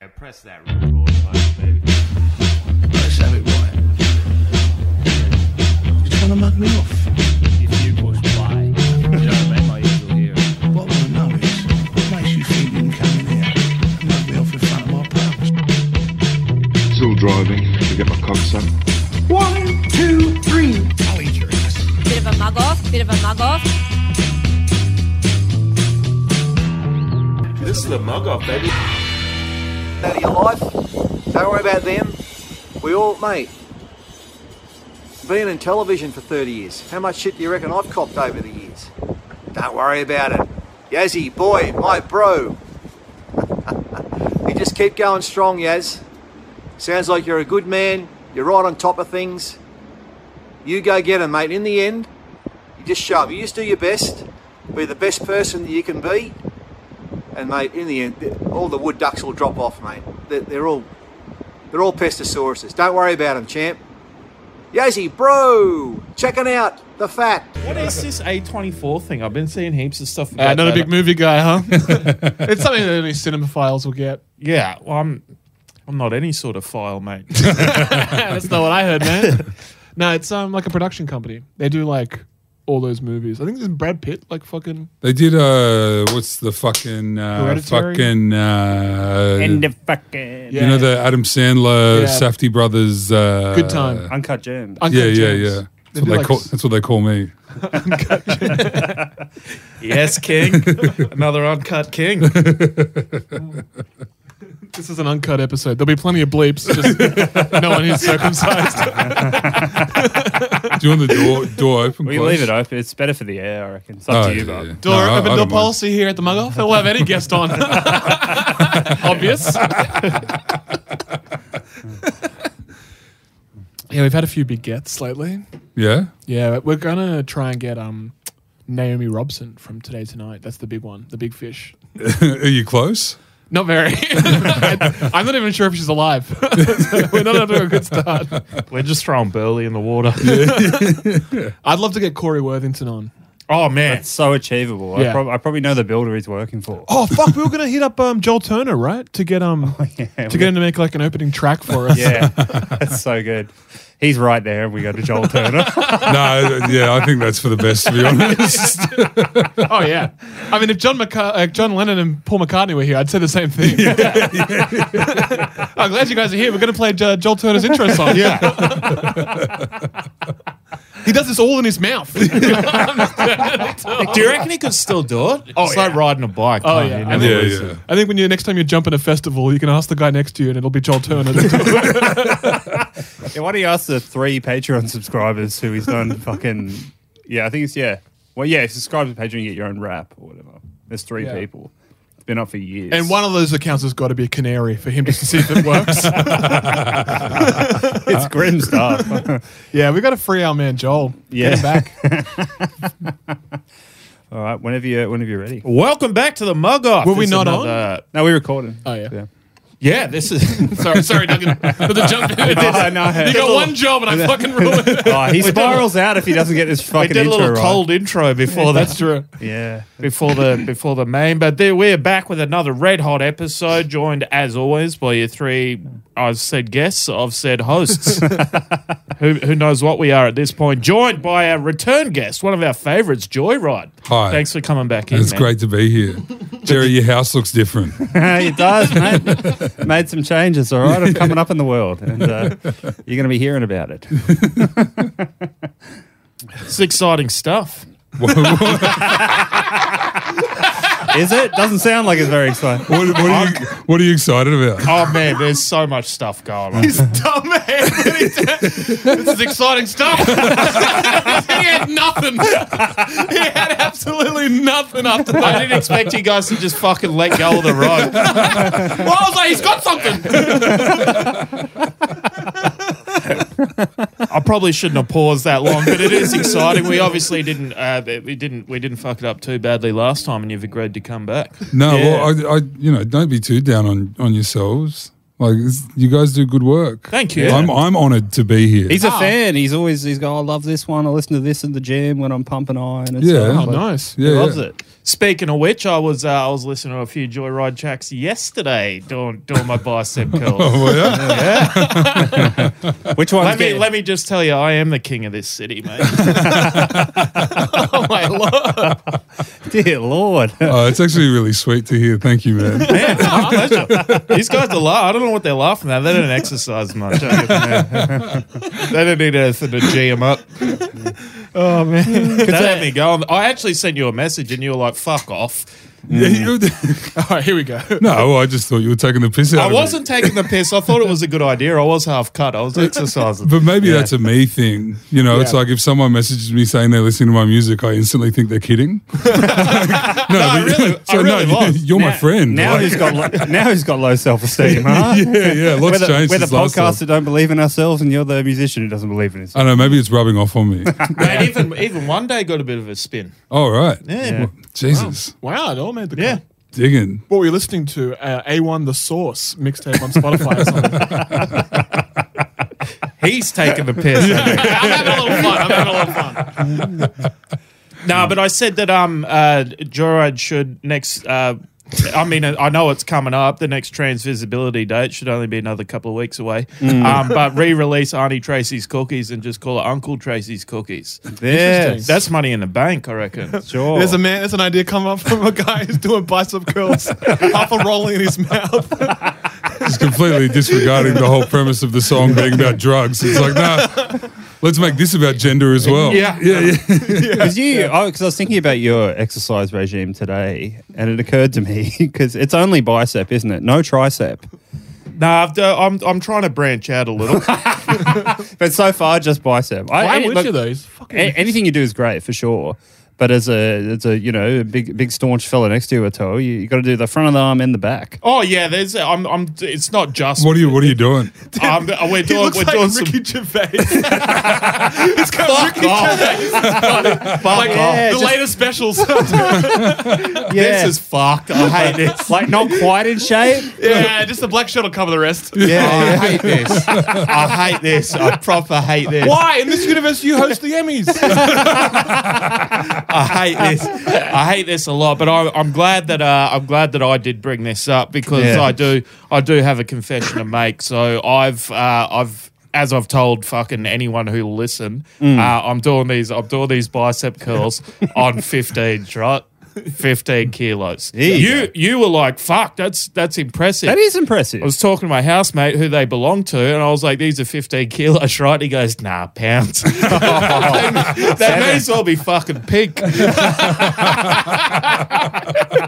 Yeah, press that record button, baby. Let's have it right. You're trying to mug me off. If you push play, you know what I mean? My ears will hear it. What I want to know is, what makes you think you can come in here and mug me off in front of my pals? Still driving to get my cogs up. One, two, three. I'll eat your ass. Bit of a mug off, bit of a mug off. This is the mug off, baby. out of your life. Don't worry about them. We all, mate. Being in television for 30 years, how much shit do you reckon I've copped over the years? Don't worry about it. Yazzie, boy, my bro. you just keep going strong, Yaz. Sounds like you're a good man. You're right on top of things. You go get 'em, mate. In the end, you just show up. You just do your best. Be the best person that you can be. And mate, in the end, th- all the wood ducks will drop off, mate. They're, they're all they're all pestosauruses. Don't worry about them, champ. Yazzie, bro, checking out the fat. What is this A24 thing? I've been seeing heaps of stuff. Uh, about not a that. big movie guy, huh? it's something that only cinemaphiles will get. Yeah, well, I'm, I'm not any sort of file, mate. That's not what I heard, man. no, it's um like a production company. They do like all those movies. I think there's Brad Pitt, like fucking. They did uh what's the fucking uh, Hereditary? fucking uh And the fucking Yeah. you know the Adam Sandler Yeah. Safety brothers uh Good time. uncut germs. Uncut Yeah, yeah, Gems. yeah. They That's do, what they like, call s- that's what they call me. yes, King. Another uncut King. This is an uncut episode. There'll be plenty of bleeps. Just no one is circumcised. Do you want the door door open? We close? leave it open. It's better for the air, I reckon. It's up Oh, to you, yeah, bub. yeah. Door No, I- I open don't door mind. policy here at the mug off. They'll have any guest on. Obvious. yeah, we've had a few big gets lately. Yeah. Yeah, we're gonna try and get um Naomi Robson from Today Tonight. That's the big one, the big fish. Are you close? Not very. I'm not even sure if she's alive. So we're not up to a good start. We're just throwing Burley in the water. I'd love to get Corey Worthington on. Oh, man. It's so achievable. Yeah. I, prob- I probably know the builder he's working for. Oh fuck, we were gonna hit up um, Joel Turner, right? To get um Oh, yeah, to get him to make like an opening track for us. yeah, that's so good. He's right there, and we go to Joel Turner. no, yeah, I think that's for the best to be honest. Oh yeah. I mean, if John McCa- uh, John Lennon and Paul McCartney were here, I'd say the same thing. I'm glad you guys are here. We're going to play Jo- Joel Turner's intro song. Yeah. he does this all in his mouth. Do you reckon he could still do it? Oh, it's like riding a bike. Oh, mate. yeah. You I never think- yeah, lose it. yeah. I think when you next time you jump in a festival, you can ask the guy next to you, and it'll be Joel Turner. yeah, why don't you ask the three Patreon subscribers who he's done fucking? Yeah, I think it's yeah. Well, yeah, subscribe to Patreon, and get your own rap or whatever. There's three Yeah. people. It's been up for years. and one of those accounts has got to be a canary for him just to see if it works. it's grim stuff. yeah, we got to free our man Joel. Get him Yeah. back. All right, whenever you whenever you're ready. Welcome back to the mug off. Were we It's not on? No, we're recording. Oh, yeah. Yeah, this is. sorry, sorry, Duncan. For the jump in. I know. You got one job, and I fucking ruined it. Oh, he spirals out if he doesn't get this we fucking did a intro little right. cold intro before that. Oh, That's true. Yeah. before the before the main. But there, we're back with another red hot episode, joined as always by your three. I've said guests, I've said hosts. who who knows what we are at this point? Joined by our return guest, one of our favourites, Joyride. Hi. thanks for coming back in. It's man. great to be here. Jerry, your house looks different. it does, mate. Made some changes, all right? I'm coming up in the world, and uh, you're going to be hearing about it. It's exciting stuff. Is it? Doesn't sound like it's very exciting. What, what, are, you, what are you excited about? Oh man, there's so much stuff going on. dumb hand. when he said, this is exciting stuff. he had nothing. He had absolutely nothing after that. I didn't expect you guys to just fucking let go of the rope. Well, I was like, he's got something. I probably shouldn't have paused that long, but it is exciting. We obviously didn't. Uh, we didn't. We didn't fuck it up too badly last time, and you've agreed to come back. No, well, I, I, you know, don't be too down on, on yourselves. Like it's- you guys do good work. Thank you. I'm I'm honoured to be here. He's a fan. He's always, he's go, I love this one. I listen to this in the gym when I'm pumping iron. And Yeah. stuff. Oh, Like, nice. He yeah, loves yeah. it. Speaking of which, I was uh, I was listening to a few Joyride tracks yesterday doing doing my bicep curls. Oh, yeah? Which one's Let me getting- let me just tell you, I am the king of this city, mate. oh my lord! Dear Lord. oh, it's actually really sweet to hear. Thank you, man. Yeah, my pleasure. These guys are laughing. I don't know what they're laughing at. They don't exercise much. they don't need anything to G them up. Oh man, that had me going. I actually sent you a message, and you were like, "Fuck off." Yeah, you- All right, here we go. no, well, I just thought you were taking the piss out I of me. wasn't taking the piss. I thought it was a good idea. I was half cut. I was exercising. But maybe that's a me thing. You know, it's like if someone messages me saying they're listening to my music, I instantly think they're kidding. no, I really, I really you- was. you're my friend. Now Like, he's got lo- now he's got low self esteem, huh? yeah, yeah, We're lots the, changed we're the since last time. Uh, podcaster don't believe in ourselves, and you're the musician who doesn't believe in himself. I don't know, maybe it's rubbing off on me. Man, even even one day got a bit of a spin. All right. Yeah. Jesus. Wow, it all made the cut. Yeah. Digging. What were you listening to? Uh, A1 The Source mixtape on Spotify or something. He's taking the piss. I'm having a little fun. I'm having a little fun. No, but I said that um, uh, Joyride should next. Uh, I mean, I know it's coming up. The next trans visibility date should only be another couple of weeks away. Um, but re-release Auntie Tracy's cookies and just call it Uncle Tracy's cookies. Yes, That's money in the bank, I reckon. sure. There's a man. There's an idea coming up from a guy who's doing bicep curls, half a rolling in his mouth. It's completely disregarding the whole premise of the song being about drugs. It's like, nah, let's make this about gender as well. Yeah. Yeah, yeah. Because you, because I was thinking about your exercise regime today, and it occurred to me because it's only bicep, isn't it? No tricep. No, I've, uh, I'm I'm trying to branch out a little. But so far, just bicep. I, Why any- would look, you though? He's fucking. a- anything you do is great for sure. But as a, as a you know, a big, big staunch fella next to you, Ato, you, you got to do the front of the arm and the back. oh yeah, there's. I'm. I'm. It's not just. What are you what are you doing? Um, we're he doing. looks We're like doing some. Ricky Gervais. it's kind of Ricky off. Gervais. like off. the Just- latest specials. Yeah. This is fucked. I hate this. like not quite in shape. yeah, just the black shirt will cover the rest. I hate this. I hate this. I proper hate this. Why? In this universe, you host the Emmys. I hate this. I hate this a lot, but I, I'm glad that uh, I'm glad that I did bring this up because Yeah. I do I do have a confession to make. So I've uh, I've as I've told fucking anyone who will listen, Mm. uh, I'm doing these I'm doing these bicep curls on 15, right? 15 kilos. Jeez. You you were like, fuck, that's that's impressive. That is impressive. I was talking to my housemate who they belong to, and I was like, these are 15 kilos, right? He goes, nah, pounds. that may as well be fucking pink.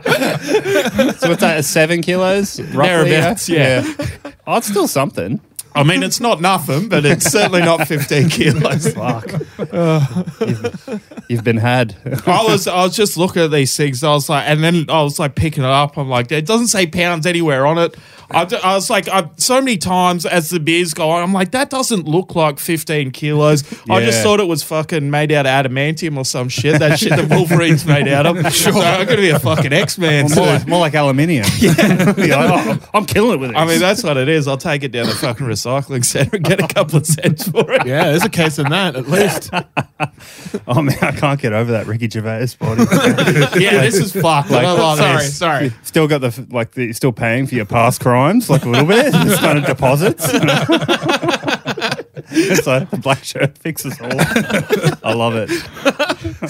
so what's that? Seven kilos, roughly. Thereabouts, yeah. Oh, it's still something. I mean, it's not nothing, but it's certainly not 15 kilos. Fuck. you've, you've been had. I was I was just looking at these things. I was like, and then I was like picking it up. I'm like, it doesn't say pounds anywhere on it. I, d- I was like, I, so many times as the beers go on, I'm like, that doesn't look like 15 kilos. I just Yeah. thought it was fucking made out of adamantium or some shit. That shit that Wolverine's made out of. Sure, so I'm gonna be a fucking X Man. Well, more, like, more like aluminium. Yeah, I'm killing it with it. I mean, that's what it is. I'll take it down to fucking recycling center and get a couple of cents for it. yeah, there's a case in that at least. oh man, I can't get over that Ricky Gervais body. Yeah, this is fucked. Like, sorry, this. sorry. still got the f- like, the, still paying for your past crimes, like a little bit. It's kind of deposits. it's like the black shirt fixes all. I love it.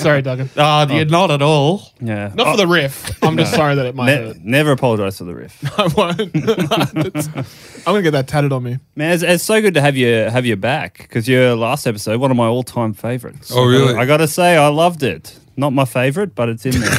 Sorry, Duggan. Uh, you're not at all. Yeah. Oh, Not for the riff. I'm just sorry that it might. Ne- hurt. never apologize for the riff. I won't. That's- I'm gonna get that tatted on me. Man, it's, it's so good to have you have you back because your last episode, one of my all time favorites. Oh, really? I gotta say, I loved it. Not my favorite, but it's in there.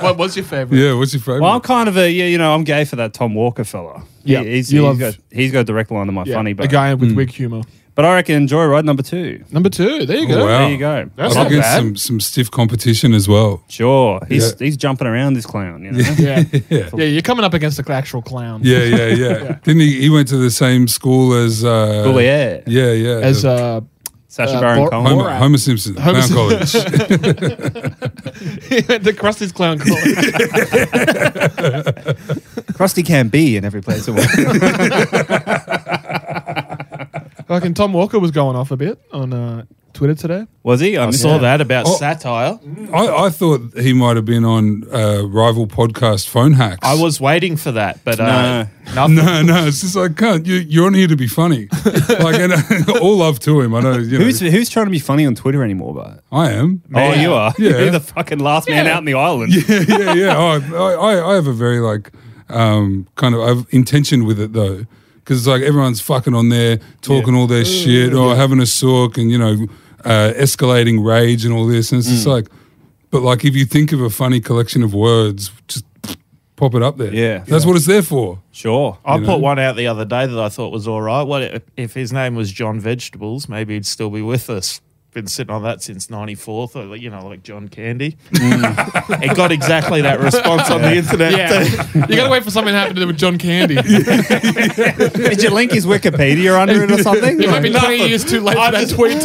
What was your favorite? Yeah, what's your favorite? Well, I'm kind of a yeah, you know, I'm gay for that Tom Walker fella. Yeah, He- he's, you he's love- got he's got a direct line to my funny, a but guy with Hmm. weak humor. but I reckon Joyride number two. Number two. There you Oh, go. wow. There you go. That's Up not against bad. some some stiff competition as well. Sure, he's Yeah. he's jumping around this clown. You know, Yeah. Yeah. yeah, you're coming up against the actual clown. Yeah, yeah, yeah. Didn't he? He went to the same school as. Uh, Well, yeah. Yeah, yeah. As the- uh, Sasha Uh, Baron Bor- Cohen. Homer, Borat. Homer Simpson, Homer Mount Sim- College. the Krusty's clown college. Krusty can be in every place. at once. Fucking Tom Walker was going off a bit on uh, Twitter today? Was he? I, I missed saw that about Oh. satire. I, I thought he might have been on uh, rival podcast phone hacks. I was waiting for that, but uh, nothing. No, no, it's just I can't. You, you're on here to be funny. like, and, all love to him. I know. You know Who's who's trying to be funny on Twitter anymore? But I am. oh, you are. Yeah. You're the fucking last man out in the island. yeah, yeah, yeah. Oh, I, I, I have a very like um, kind of I've intention with it though, because it's like everyone's fucking on there talking all their shit or having a sook and you know uh, escalating rage and all this, and it's just like, but like if you think of a funny collection of words, just pop it up there. Yeah. that's what it's there for. Sure. I you put know? one out the other day that I thought was all right. What if- if his name was John Vegetables? Maybe he'd still be with us. Been sitting on that since '94, so, like, you know, like John Candy. it got exactly that response on the internet. Yeah. you gotta wait for something to happen to them with John Candy. Did you link his Wikipedia under it or something? You might be 20 years too late for that tweet.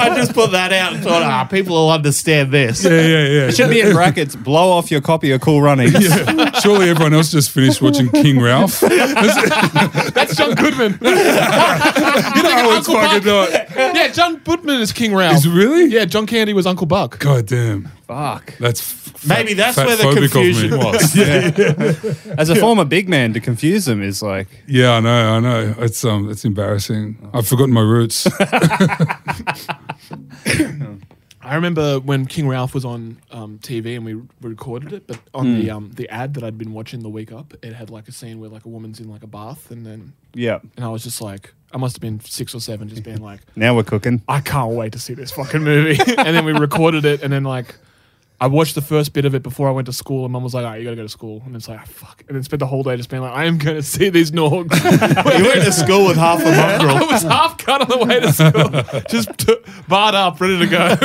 I just put that out and thought, ah, people will understand this. Yeah, yeah, yeah. It should be in brackets. Blow off your copy of Cool Runnings. Yeah. Surely everyone else just finished watching King Ralph. That's John Goodman. no, it's Uncle fucking not. yeah, John Goodman is King Ralph. Is it really? Yeah, John Candy was Uncle Buck. God damn. Fuck. That's f- Maybe that's fat- where the fatphobic of me. confusion was. As a former big man, to confuse them is like Yeah, I know, I know. It's um, it's embarrassing. I've forgotten my roots. I remember when King Ralph was on um, TV and we re- recorded it, but on the um, the ad that I'd been watching the week up, it had like a scene where like a woman's in like a bath, and then yeah. and I was just like, I must have been six or seven, just being like, Now we're cooking. I can't wait to see this fucking movie. and then we recorded it, and then like. I watched the first bit of it before I went to school, and mum was like, "Oh, you gotta go to school," and it's like, "Ah, "Fuck!" And then spent the whole day just being like, "I am gonna see these norgs." you went to school with half a mongrel. I was half cut on the way to school, just t- barred up, ready to go.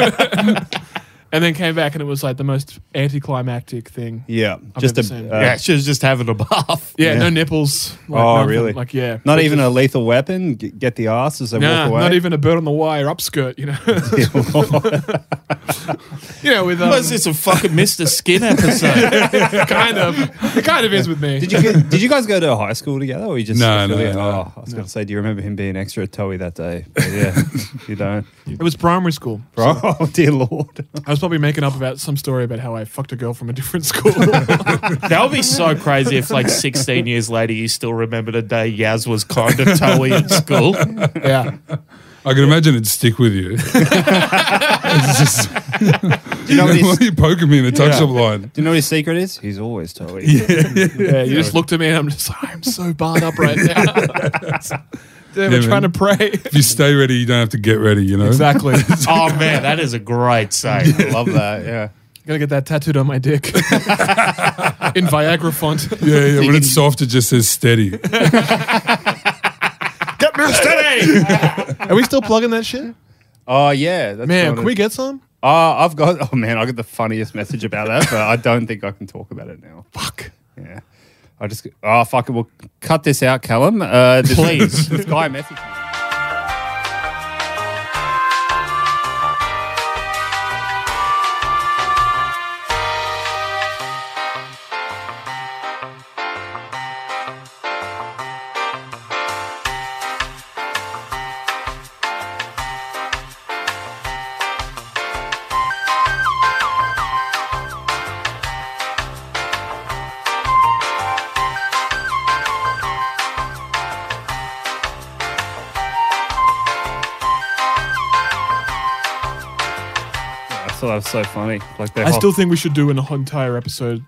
and then came back, and it was like the most anticlimactic thing. Yeah, Yeah. I've Just a. never seen it. uh, yeah, she was just having a bath. no nipples. Like, Oh, nothing. really? Like, yeah. Not even a lethal weapon. G- Get the ass as they Nah, walk away. not even a bird on the wire upskirt, you know. you know, with um, Was this a fucking Mr. Skin episode? kind of, it kind of is with me. Did you get, did you guys go to high school together, or you just No, no, affiliate- no. Oh, I was gonna say, do you remember him being extra toey that day? But yeah, you don't. It was primary school. Oh dear lord! I was probably making up about some story about how I fucked a girl from a different school. that would be so crazy if, like, 16 years later, you still remember the day Yaz was kind of toey at school. yeah. I can imagine it'd stick with you. it's just, Do you know what why his, are do you poking me in the touch-up line? you know what his secret is? He's always toey. Yeah, you just looked at me and I'm just like, I'm so barred up right now. Damn, Yeah, we're trying to man. pray. If you stay ready, you don't have to get ready. You know Exactly. Oh, man, that is a great saying. I love that. Yeah. Gotta get that tattooed on my dick in Viagra font. Yeah, yeah. When it's soft, it just says steady. Get me steady! Are we still plugging that shit? Oh yeah, that's Man, one can of- we get some? Oh, I've got. Oh man, I got the funniest message about that, but I don't think I can talk about it now. Fuck. Yeah. I just. Oh fuck it. We'll cut this out, Callum. Uh, this- Please. This guy messaged me. I thought that was so funny. Like that. I still think we should do an entire episode,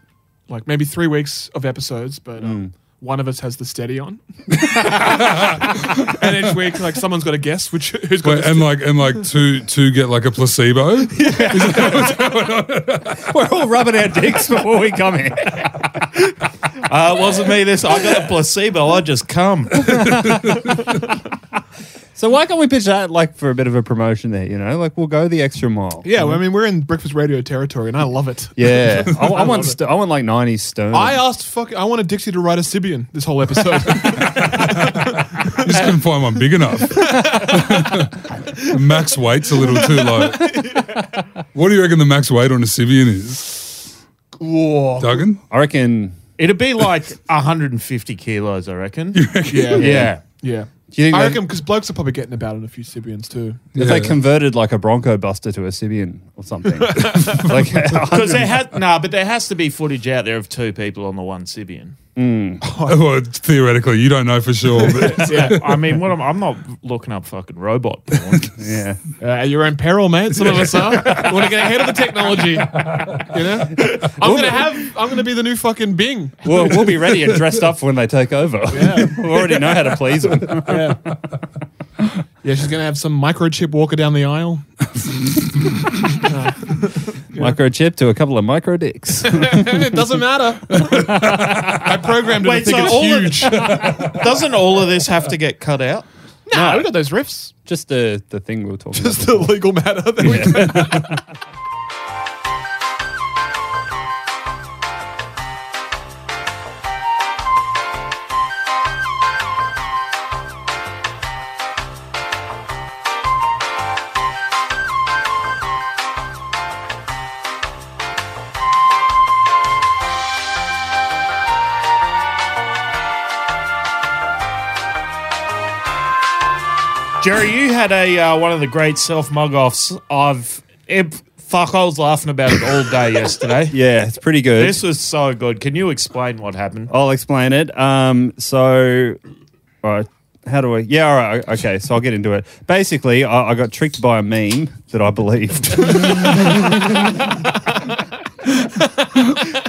like maybe three weeks of episodes, but Mm. um, one of us has the steady on. and each week, like someone's got to guess which who's got. Wait, and like and like two two get like a placebo. we're all rubbing our dicks before we come in. Uh, it wasn't me this. I got a placebo. I just come. So why can't we pitch that like for a bit of a promotion there? You know, like we'll go the extra mile. yeah, well, I mean, we're in breakfast radio territory, and I love it. Yeah. I, I love want. it. St- I want like '90s stone. I uh, asked, fuck, I wanted Dixie to write a Sibian this whole episode. I just couldn't find one big enough. max weight's a little too low. What do you reckon the max weight on a Sibian is, Whoa. Duggan? I reckon. It'd be like 150 kilos, I reckon. Yeah. Yeah. Yeah. Do you think I they- reckon because blokes are probably getting about on a few Sibians too. if they Yeah. converted like a Bronco Buster to a Sibian or something? like Because there had nah, but there has to be footage out there of two people on the one Sibian. well, theoretically, you don't know for sure. But Yeah, I mean, what am, I'm not looking up fucking robot porn. yeah. Uh, at your own peril, mate. Some of us are. We want to get ahead of the technology. You know, I'm gonna have. I'm gonna be the new fucking Bing. We'll, we'll be ready and dressed up for when they take over. Yeah. we already know how to please them. Yeah. Yeah, she's gonna have some microchip walker down the aisle. Microchip to a couple of micro dicks. it doesn't matter. I programmed it. Wait, to think so it's all of- huge. Doesn't all of this have to get cut out? Nah, we got those riffs. Just the, the thing we were talking Just about. the legal matter that we Jerry, you had a uh, one of the great self mug offs. I've it, fuck. I was laughing about it all day yesterday. Yeah, it's pretty good. This was so good. Can you explain what happened? I'll explain it. Um, so, all right, how do I? Yeah, all right, okay. So I'll get into it. Basically, I, I got tricked by a meme that I believed.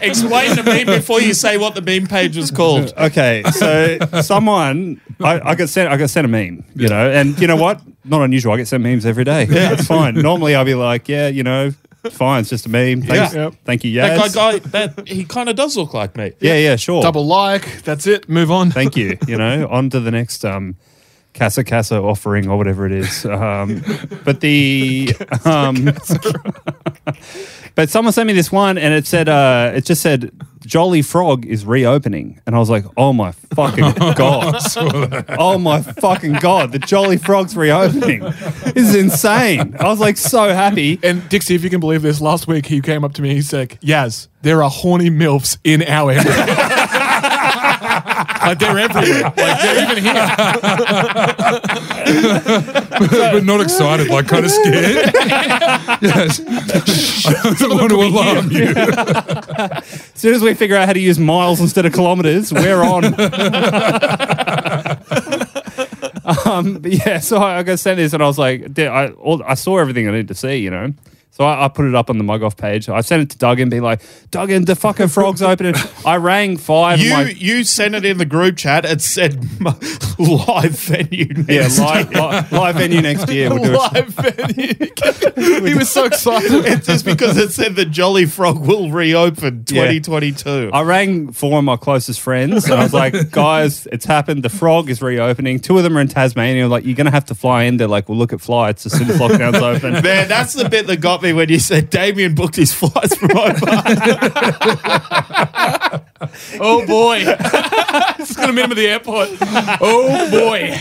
Explain to me before you say what the meme page was called. okay, so someone I, I got sent I got sent a meme, you know, and you know what? Not unusual. I get sent memes every day. Yeah, it's fine. Normally, I'll be like, yeah, you know, fine. It's just a meme. Thanks, Yep. thank you. That Yes. guy, guy that he kind of does look like me. yeah, yeah, sure. double like. That's it. Move on. Thank you. You know, on to the next um, Casa Casa offering or whatever it is. Um, but the um, but someone sent me this one and it said uh, it just said Jolly Frog is reopening and I was like, oh my fucking god, oh my fucking god, the Jolly Frog's reopening. This is insane. I was like so happy. And Dixie, if you can believe this, last week he came up to me. He's like, "Yaz, there are horny milfs in our area. like they're everywhere. Like they're even here." but not excited, like kind of scared. yes. I don't want to alarm you. As soon as we figure out how to use miles instead of kilometers, we're on. um, but yeah, so I, I got sent this and I was like, "Dude, I, all, I saw everything I need to see, you know? So I, I put it up on the mug off page. I sent it to Duggan, being like, Duggan, the fucking frog's opening. I rang five. You my, you sent it in the group chat. It said live venue. yeah, next live, year. live, live venue next year. We'll do it. Live venue. he was so excited. It's just because it said the Jolly Frog will reopen 2022. I rang four of my closest friends and I was like, guys, it's happened. The frog is reopening. Two of them are in Tasmania. I'm like, you're going to have to fly in. They're like, we'll look at flights as soon as lockdown's open. Man, that's the bit that got me when you said Damien booked his flights from Oman. oh boy. Just gonna meet him at the airport. Oh boy.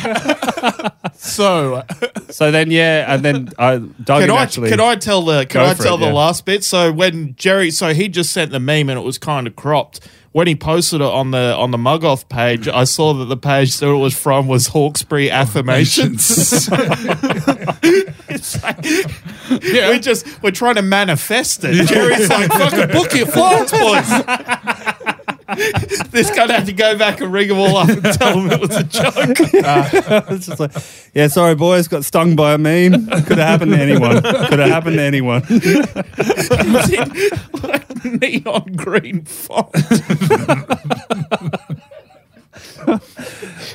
so So then, yeah, and then I dug Can in I actually. can I tell the can Go I for tell it, the yeah. last bit? So when Jerry so he just sent the meme and it was kind of cropped. When he posted it on the on the mug off page, I saw that the page that it was from was Hawkesbury affirmations. Oh, It's like- We're just we're trying to manifest it. Jerry's like, fucking book your flights, boys. this guy had to go back and ring them all up and tell them it was a joke. It's just like, yeah, sorry, boys, got stung by a meme. Could have happened to anyone. Could have happened to anyone. was in like neon green font.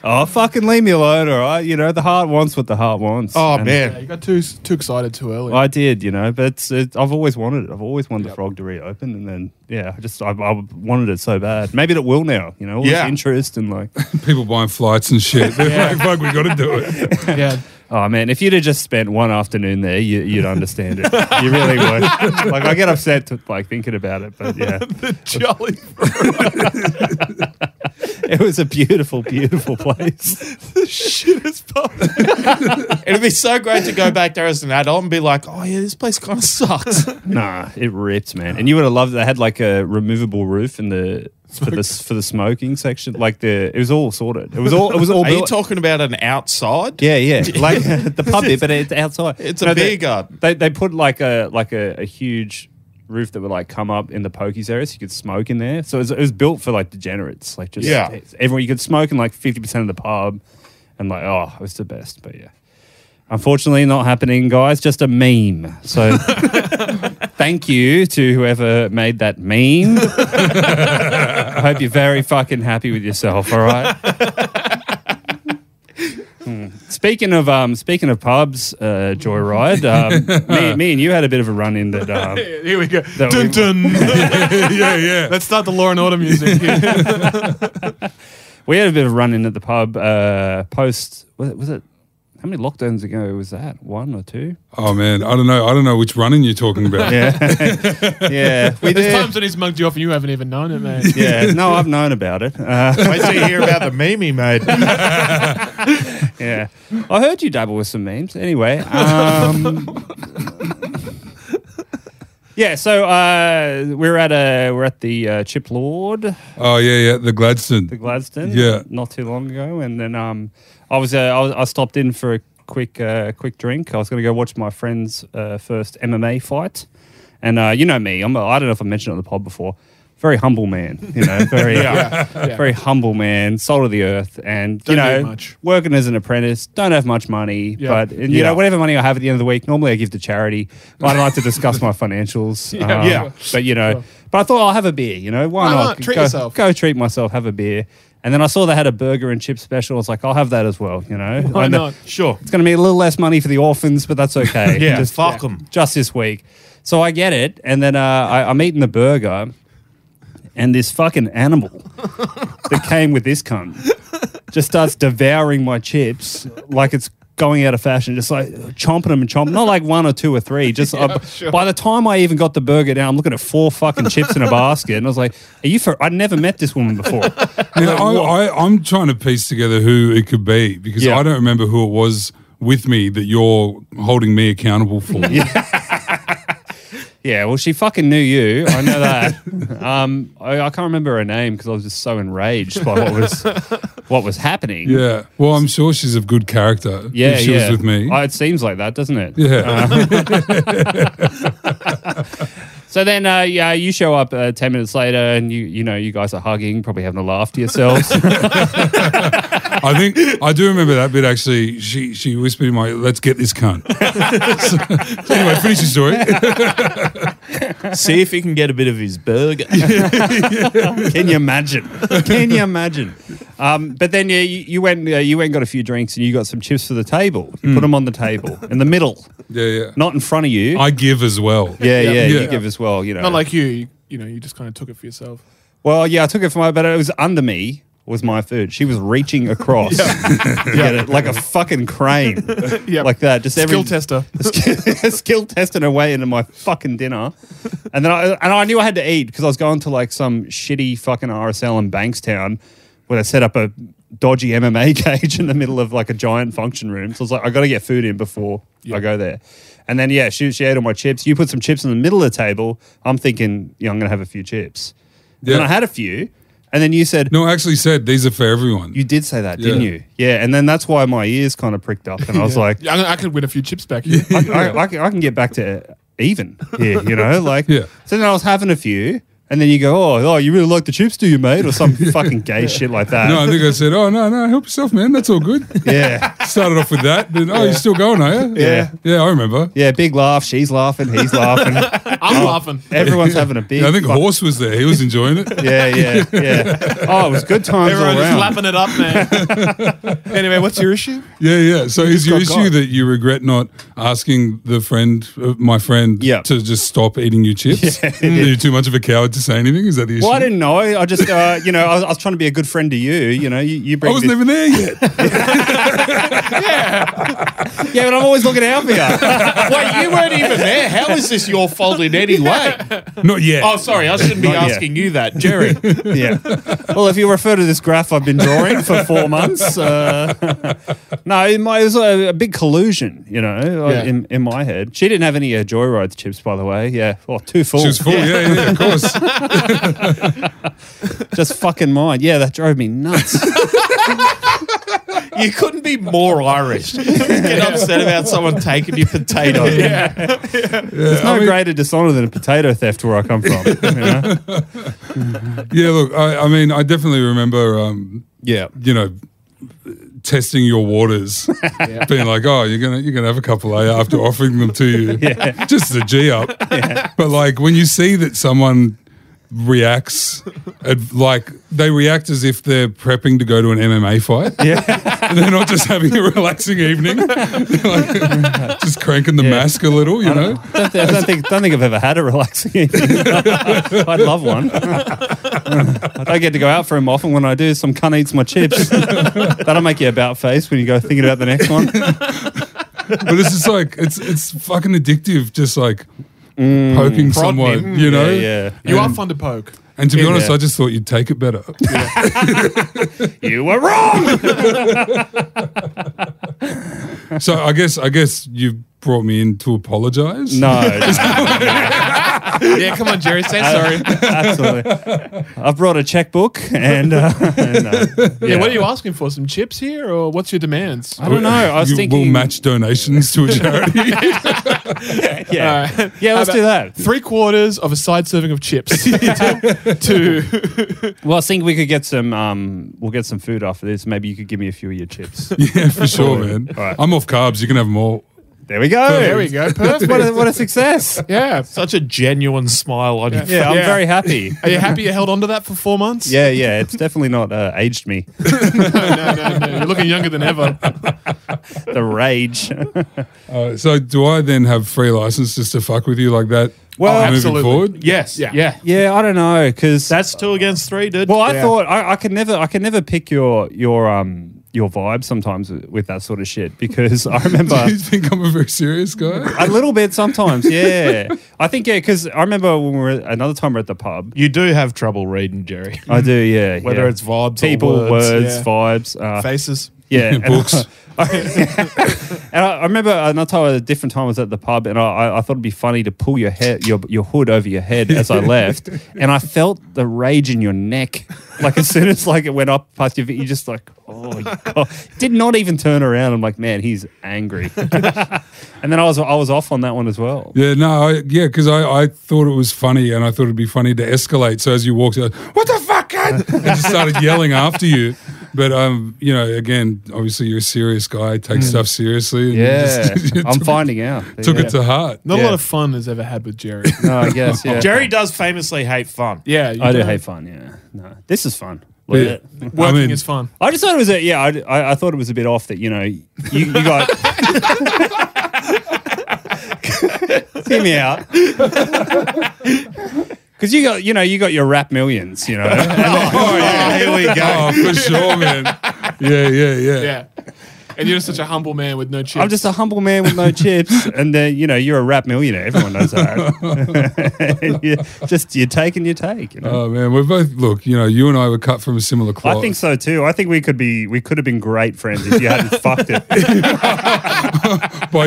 Oh, fucking leave me alone, all right? You know, the heart wants what the heart wants. Oh, And you got too too excited too early. I did, you know, but it's, it, I've always wanted it. I've always wanted the frog to reopen, and then yeah, I just I, I wanted it so bad. Maybe it will now, you know. All Yeah. this interest and like, People buying flights and shit. They're like, fuck, we got to do it. yeah. oh man, if you'd have just spent one afternoon there, you, you'd understand it. you really would. Like I get upset to, like thinking about it, but yeah, Jolly. it was a beautiful, beautiful place. Shittest part. It'd be so great to go back there as an adult and be like, oh yeah, this place kind of sucks. Nah, it ripped, man. And you would have loved. They had like a removable roof in the for the for the smoking section. Like the it was all sorted. It was all it was all Are you built. talking about an outside? yeah, yeah, like the pub bit, but it's outside. It's a they- beer garden. They they put like a like a, a huge roof that would like come up in the pokies area, so you could smoke in there. So it was, it was built for like degenerates, like just Yeah. everyone you could smoke in like fifty percent of the pub, and like oh, it was the best. But yeah, unfortunately, not happening, guys. Just a meme. So thank you to whoever made that meme. I hope you're very fucking happy with yourself. All right. Hmm. Speaking of um, speaking of pubs, uh, Joyride, um, me, me and you had a bit of a run in that. Um, Here we go. That dun, we- dun. yeah, yeah. Let's start the Law and Order music. we had a bit of a run in at the pub uh, post. Was it, was it how many lockdowns ago was that? One or two? Oh man, I don't know. I don't know which running you're talking about. Yeah, yeah. We There's did. times when he's mugged you off and you haven't even known it, man. Yeah, no, I've known about it. Uh, Wait till you hear about the meme he made. yeah, I heard you dabble with some memes. Anyway, um, yeah. So uh, we're at a we're at the uh, Chip Lord. Oh yeah, yeah. The Gladstone. the Gladstone. uh, Yeah. not too long ago, and then um, I was uh, I, was, I stopped in for a quick uh, quick drink. I was going to go watch my friend's uh, first MMA fight, and uh, you know me, I'm a, I don't know if I mentioned it on the pod before. Very humble man, you know. Very, uh, very humble man, salt of the earth, and Don't you know, need much. working as an apprentice, don't have much money, Yeah. but and, you Yeah. know, whatever money I have at the end of the week, normally I give to charity. I don't like to discuss my financials, Yeah. um, Yeah. But you know, but I thought I'll have a beer. You know, why Why not? not? Treat go, yourself. Go treat myself, have a beer. And then I saw they had a burger and chip special. I was like, I'll have that as well, you know? Why I know- not? Sure. It's going to be a little less money for the orphans, but that's okay. Yeah, Just, fuck 'em. Just this week. So I get it. And then uh, I, I'm eating the burger. And this fucking animal that came with this cunt just starts devouring my chips like it's going out of fashion, just like chomping them and chomping. Not like one or two or three. Just uh, by the time I even got the burger down, I'm looking at four fucking chips in a basket, and I was like, "Are you for?" I'd never met this woman before. Now, I, I, I'm trying to piece together who it could be because Yeah. I don't remember who it was with me that you're holding me accountable for. yeah, well, she fucking knew you. I know that. um, I, I can't remember her name because I was just so enraged by what was what was happening. Yeah. Well, I'm sure she's of good character. Yeah, if she yeah. uh, was with me. Oh, it seems like that, doesn't it? yeah. So then, uh, yeah, you show up uh, ten minutes later, and you you know you guys are hugging, probably having a laugh to yourselves. I think I do remember that bit actually. She she whispered in my ear, let's get this cunt. so, anyway, finish the story. See if he can get a bit of his burger. Can you imagine? Can you imagine? Um, but then yeah, you, you went uh, you went and got a few drinks and you got some chips for the table. Mm. You put them on the table in the middle, yeah, yeah. not in front of you. I give as well. yeah, yeah, Yeah. you give as well. You know, Not like you. you. You know, you just kind of took it for yourself. well, yeah, I took it from my, but it was under me was my food. She was reaching across, to get it, like a fucking crane, Yep. like that. Just every Skill tester. skill testing her way into my fucking dinner, and then I and I knew I had to eat because I was going to like some shitty fucking RSL in Bankstown where they set up a dodgy MMA cage in the middle of like a giant function room. So I was like, I got to get food in before I go there. And then yeah, she she ate all my chips. You put some chips in the middle of the table. I'm thinking, yeah, I'm gonna have a few chips. Yeah. And I had a few, and then you said. No, I actually said these are for everyone. You did say that, didn't Yeah. you? Yeah, and then that's why my ears kind of pricked up, and I was like, Yeah, I, I could win a few chips back. here. I, I, I, can- I can get back to even here, you know? Like, Yeah. so then I was having a few, and then you go, oh, oh, you really like the chips, do you, mate? Or some fucking gay shit like that. no, I think I said, "Oh no, no, help yourself, man. That's all good." yeah. Started off with that. Then, oh, you're still going, are you? Yeah. yeah, I remember. Yeah, big laugh. She's laughing. He's laughing. I'm laughing. Everyone's having a big. I think fuck- horse was there. He was enjoying it. Yeah, yeah, yeah. Oh, it was good times all Everyone's just around. lapping it up, man. anyway, what's your issue? Yeah, yeah. So is your got issue God. that you regret not asking the friend, uh, my friend, Yeah. to just stop eating your chips? Are you too much of a coward to say anything? Is that the issue? Well, I didn't know. I just, uh, you know, I was, I was trying to be a good friend to you. You know, you, you I bring was this- never there yet. yeah, but I'm always looking out for you. Wait, you weren't even there. How is this your fault in any way? Not yet. Oh, sorry, I shouldn't be Not yet. asking you that, Jerry. yeah. Well, if you refer to this graph I've been drawing for four months, uh, no, it mi- it was a, a big collusion, you know, uh, Yeah. in, in my head. She didn't have any uh, Joyride chips, by the way. Yeah. Well, two full. She was full. Yeah, yeah, of course. Just fucking mine. Yeah, that drove me nuts. You couldn't be more Irish. Get upset about someone taking your potato. There's no greater dishonor than a potato theft where I come from. you know? Yeah, look, I, I mean, I definitely remember, um, Yeah. you know, testing your waters, being like, "Oh, you're gonna you're gonna have a couple eh, after offering them to you, just the G up." But like when you see that someone reacts, ad- like they react as if they're prepping to go to an MMA fight. Yeah. And they're not just having a relaxing evening, They're, like, just cranking the Yeah. Uh-huh. mask a little, you know. I don't, thi- I don't think don't think I've ever had a relaxing evening. I'd love one. I don't get to go out for him often. When I do, some cunt eats my chips. That'll make you about face when you go thinking about the next one. but it's just like it's it's fucking addictive. Just like poking someone, him. you know. Mm. Yeah, You are fun to poke. And to be Yeah. honest, I just thought you'd take it better. yeah. You were wrong. so I guess I guess you brought me in to apologize. No, yeah, come on, Jerry. Say sorry. absolutely. I've brought a checkbook and, uh, and, uh, Yeah, what are you asking for? Some chips here, or what's your demands? I don't know. I was You- thinking we'll match donations to a charity. Yeah, All right. yeah. Let's How do that. Three quarters of a side serving of chips. to, to- Well, I was thinking we could get some. Um, we'll get some food after this. Maybe you could give me a few of your chips. yeah, for sure, man. All right. I'm off carbs. You can have them all. There we go. there we go. Perfect. What a, what a success. yeah. Such a genuine smile on your Yeah, I'm Yeah. very happy. Are you happy you held on to that for four months? Yeah, yeah. It's definitely not uh, aged me. no, no, no. You're looking younger than ever. The rage. Uh, so do I then have free license just to fuck with you like that? Well, moving absolutely. forward. Yes. Yeah. Yeah. yeah, I don't know because That's two against three, dude. well, I Yeah. thought I, I could never, I could never pick your your um your vibe sometimes with that sort of shit because I remember. Do you think I'm a very serious guy? A little bit sometimes, yeah. I think yeah, because I remember when we were another time we are at the pub. you do have trouble reading, Jerry. I do, yeah. Whether yeah. it's vibes, people, or words, words, yeah. vibes, uh, faces. Yeah, and Books. I, and I, I remember another time, at a different time, I was at the pub, and I, I, I thought it'd be funny to pull your head, your your hood over your head as I left, and I felt the rage in your neck. Like as soon as like it went up past your, you just like, oh, you God. did not even turn around. I'm like, man, he's angry. and then I was I was off on that one as well. Yeah, no, I, yeah, because I, I thought it was funny and I thought it'd be funny to escalate. So as you walked out, what the fuck, cunt?" I just started yelling after you. But, um, you know, again, obviously you're a serious guy, take stuff seriously. and you Mm. Yeah, just- you I'm took, finding out. Took yeah. it to heart. Not Yeah. a lot of fun has ever had with Jerry. No, I guess yeah. Jerry does famously hate fun. yeah, you I do don't- hate fun. Yeah, no, this is fun. Look Yeah. at it. Working I mean, is fun. I just thought it was a yeah. I, I, I thought it was a bit off that you know you, you got. Hear me out. Because you got you know you got your rap millions, you know. And then- Oh, yeah, here we go. Oh, for sure, man. Yeah, yeah, yeah. Yeah. And you're such a humble man with no chips. I'm just a humble man with no chips, and then you know you're a rap millionaire. Everyone knows that. And you just you take and you take. You know. Oh, man. We're both, look, you know, you and I were cut from a similar cloth. I think so too. I think we could be we could have been great friends if you hadn't fucked it. By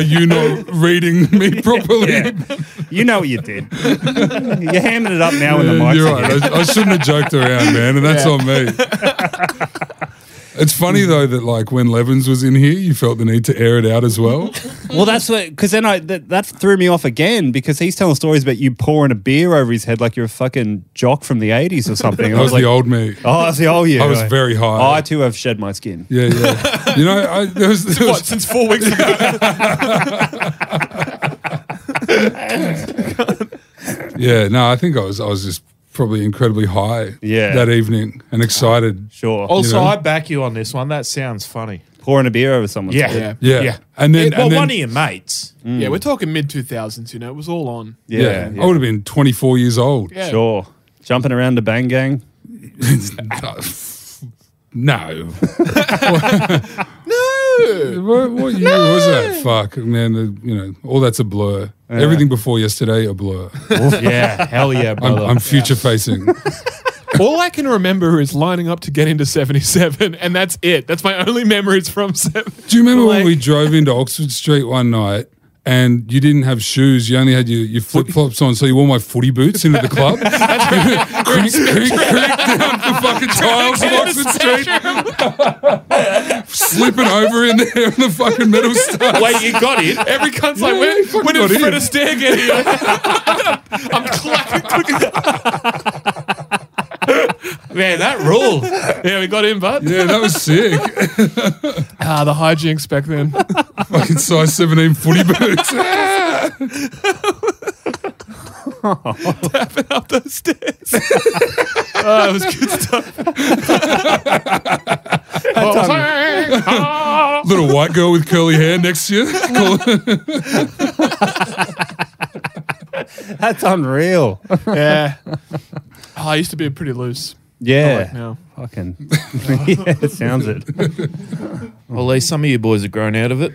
you not reading me properly. Yeah. You know what you did. You're hamming it up now in the Yeah, mic. You're right. I, I shouldn't have joked around, man, and that's on me. It's funny though that like when Levins was in here, you felt the need to air it out as well. Well, that's what because then I that, that threw me off again because he's telling stories about you pouring a beer over his head like you're a fucking jock from the eighties or something. And That I was like, the old me. oh, that's the old you. I was very high. I too have shed my skin. Yeah, yeah. You know, I, there was, there what, was since four weeks ago? yeah. No, I think I was I was just probably incredibly high. Yeah. That evening and excited. Sure, Also, You know? I back you on this one. That sounds funny. pouring a beer over someone's head. Yeah. Yeah. Yeah. And then, well, and then one of your mates. Yeah, we're talking mid 2000s, you know. It was all on. Yeah, yeah, I would have been 24 years old. Yeah. sure. Jumping around to Bang Gang. no. no. What, what year was that? Fuck, man. The, you know, all that's a blur. Everything before yesterday, a blur. yeah, hell yeah, I'm, brother. I'm future facing. All I can remember is lining up to get into 77, and that's it. That's my only memories from 7. Do you remember when Like- we drove into Oxford Street one night and you didn't have shoes? You only had your, your flip flops on, so you wore my footy boots into the club. creak, creak, creak down the fucking tiles of Oxford Street, slipping over in there in the fucking metal stuff. Wait, you got it? Every cunt's like, Yeah, when, you fucking when did got Fred in. Astaire get here? I'm clacking. Man, that rule. Yeah, we got in, bud. Yeah, that was sick. Ah, the hijinks back then. fucking size 17 footy boots. Up those stairs. oh, it was good stuff. Oh, sorry. Oh. Little white girl with curly hair next to you. Cool. That's unreal. yeah. Oh, I used to be pretty loose. Yeah. now. Fucking. yeah, it sounds it. Well, at least some of you boys have grown out of it.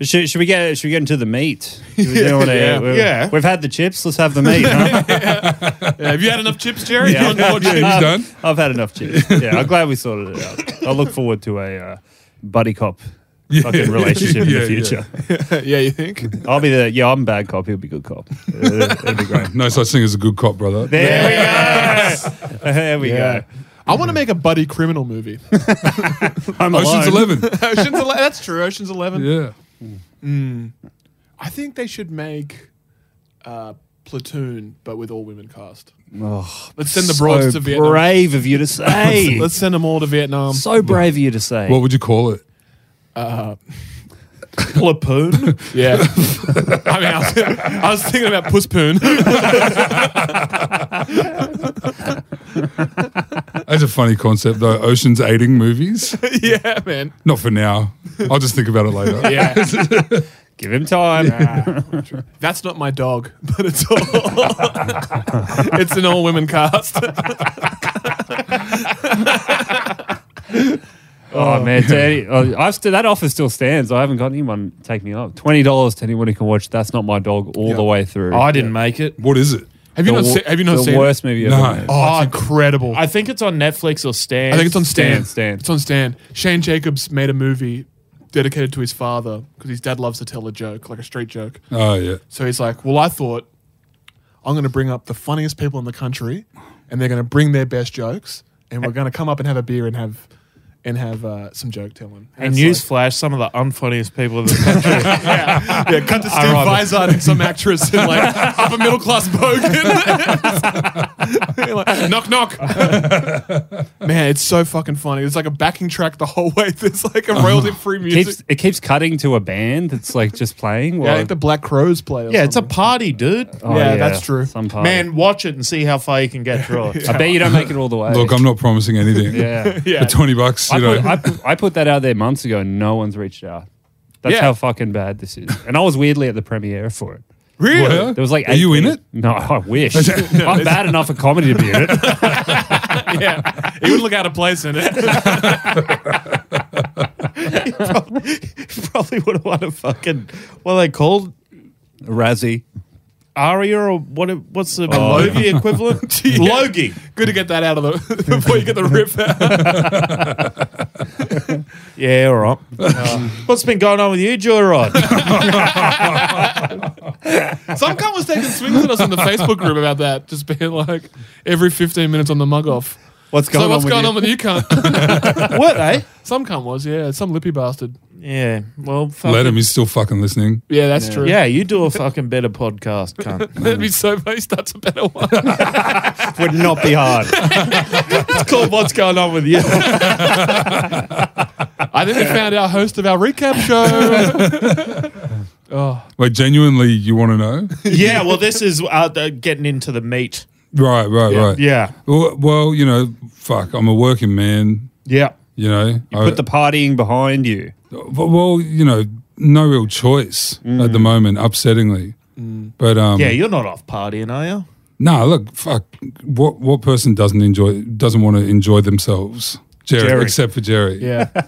Should, should we get should we get into the meat? Do we- do you wanna- Yeah. we- Yeah. We've had the chips. Let's have the meat. Huh? Yeah, have you had enough chips, Jerry? Yeah. You want more chips? He's done. I've had enough chips. Yeah, I'm glad we sorted it out. I look forward to a uh, buddy cop fucking relationship in Yeah, the yeah. future. yeah, you think? I'll be the yeah. I'm bad cop. He'll be good cop. Uh, That'd be great. No such thing as a good cop, brother. There we go. There we Yeah. I want to make a buddy criminal movie. go. I'm Ocean's alone. Eleven. Ocean's Eleven. That's true. Ocean's Eleven. Yeah. I think they should make uh, Platoon, but with all women cast. Let's send the broads so to Vietnam. brave of you to say. Let's send them all to Vietnam. so brave of you to say. What would you call it? Platoon? Yeah. I mean, I was, I was thinking about Pusspoon. That's a funny concept, though. Ocean's aiding movies. yeah, man. Not for now. I'll just think about it later. Yeah. Give him time. That's not my dog, but it's all. it's an all women cast. Oh man, to any- oh, I've st- that offer still stands. I haven't got anyone take me up. Twenty dollars to anyone who can watch. That's not my dog all the way through. I didn't make it. What is it? Have you The not, wo- se- have you not the seen worst movie ever. No. made. it? Oh, it's incredible. I think it's on Netflix or Stan. I think it's on Stan, Stan. Stan. It's on Stan. Shane Jacobs made a movie dedicated to his father because his dad loves to tell a joke, like a street joke. Oh, yeah. So he's like, "Well, I thought I'm going to bring up the funniest people in the country, and they're going to bring their best jokes, and we're going to come up and have a beer and have and have uh, some joke telling." And it's newsflash, some of the unfunniest people in the country. like, yeah, cut to Steve Vizard and some actress in like upper middle class bogan. Like, knock knock. Man, it's so fucking funny. It's like a backing track the whole way. There's like a royalty free music. keeps it keeps cutting to a band that's like just playing. yeah, while- I think the Black Crows play. Or yeah, it's a something. party, dude. Oh, yeah, that's true. Some part. Man, watch it and see how far you can get through it. I bet you don't make it all the way. Look, I'm not promising anything. yeah. yeah. For 20 bucks, I you know. put, I, put, I put that out there months ago and no one's reached out. That's Yeah. how fucking bad this is. And I was weirdly at the premiere for it. Really? Were? There was like Are eight you in people- it? No, I wish. I'm bad enough at comedy to be in it. yeah, he would look out of place in it. probably, probably would have won a fucking what are they called Razzie. aria or what? What's the Oh. Logie equivalent? Yeah. Logie. Good to get that out of the before you get the rip out. Yeah, all right. Uh, what's been going on with you, Joyride? Some guy was taking swings at us in the Facebook group about that, just being like every 15 minutes on the mug off. What's so what's going on with you, cunt? what eh? some cunt was, yeah, some lippy bastard. Yeah. Well, fucking, Let him. He's still fucking listening. Yeah, that's true. Yeah, you do a fucking better podcast, cunt. that'd be so funny. That's a better one. That's Would not be hard. It's called What's Going On With You. I think we found our host of our recap show. Like, genuinely, you want to know? yeah, well, this is uh, the- getting into the meat. right, right, right. Yeah. Well, well, you know, fuck, I'm a working man, Yeah. you know. I- Put the partying behind you. Well, well, you know, no real choice Mm. at the moment, upsettingly. But um, Yeah, you're not off partying, are you? nah, look, fuck. What what person doesn't enjoy doesn't want to enjoy themselves? Jerry, Jerry. except for Jerry. Yeah.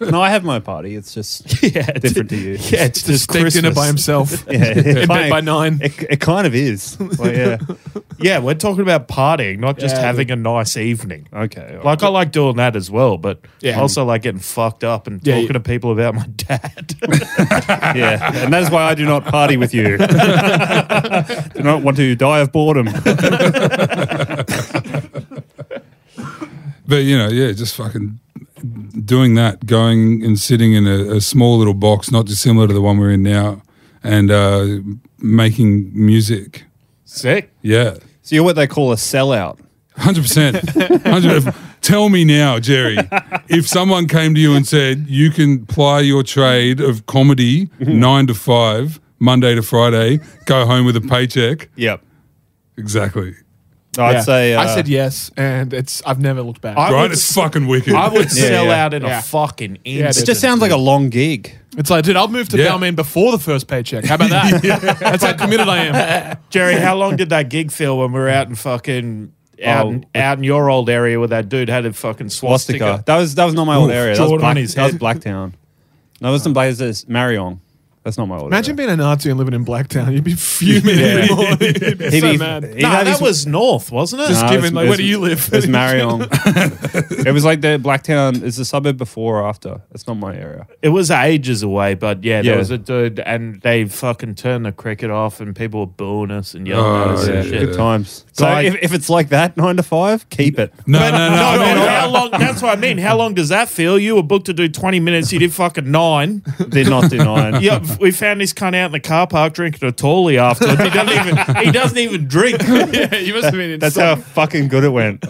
No, I have my party. It's just yeah. different to you. Yeah, it's just Steak dinner by Christmas. himself. Yeah, it In bed kind- by nine. It, it kind of is. Like, yeah. Yeah, we're talking about partying, not just Yeah. having a nice evening. Okay. all Like I like doing that as well, but Yeah. I also like getting fucked up and Yeah, talking you- to people about my dad. right. Yeah. And that is why I do not party with you. do not want to die of boredom. But you know, yeah, just fucking doing that, going and sitting in a, a small little box, not dissimilar to the one we're in now, and uh, making music. Sick. Yeah, So you're what they call a sellout. hundred percent. Hundred. Tell me now, Jerry, if someone came to you and said you can ply your trade of comedy nine to five, Monday to Friday, go home with a paycheck. Yep. Exactly. I'd Yeah. say. Uh, I said yes, and it's I've never looked back. I Right? would- It's fucking wicked. I would Yeah, sell yeah. out in Yeah. a fucking Yeah, it instant. It just sounds like a long gig. it's like, dude, I'll move to Yeah. Balmain before the first paycheck. How about that? That's how committed I am. Jerry, how long did that gig feel when we were out in fucking out, Oh, in, out in your old area where that dude had a fucking swastika? Swastika. That was that was not my old area. That was, Jordan Black, on his that was head. Blacktown. No, there's some places. Marion. That's not my old Imagine area. being a Nazi and living in Blacktown. You'd be fuming every morning. He'd so be- mad. he'd Nah, have that his- was north, wasn't it? Just No, given, it's- like, it's- where do you live? It's Marion. it was like the Blacktown is the suburb before or after. It's not my area. It was ages away, but yeah, there Yeah. was a dude, and they fucking turned the cricket off, and people were booing us and yelling at Oh, us yeah. and shit. uh, Good times. So Like- if, if it's like that, nine to five, keep it. no, no, Uh, no, No, no, man, no. how long? That's what I mean. How long does that feel? You were booked to do twenty minutes. You did fucking nine. They're not denying. Yeah, we found this cunt out in the car park drinking a tally afterwards. He doesn't even. He doesn't even drink. yeah, you must have been in That's how fucking good it went.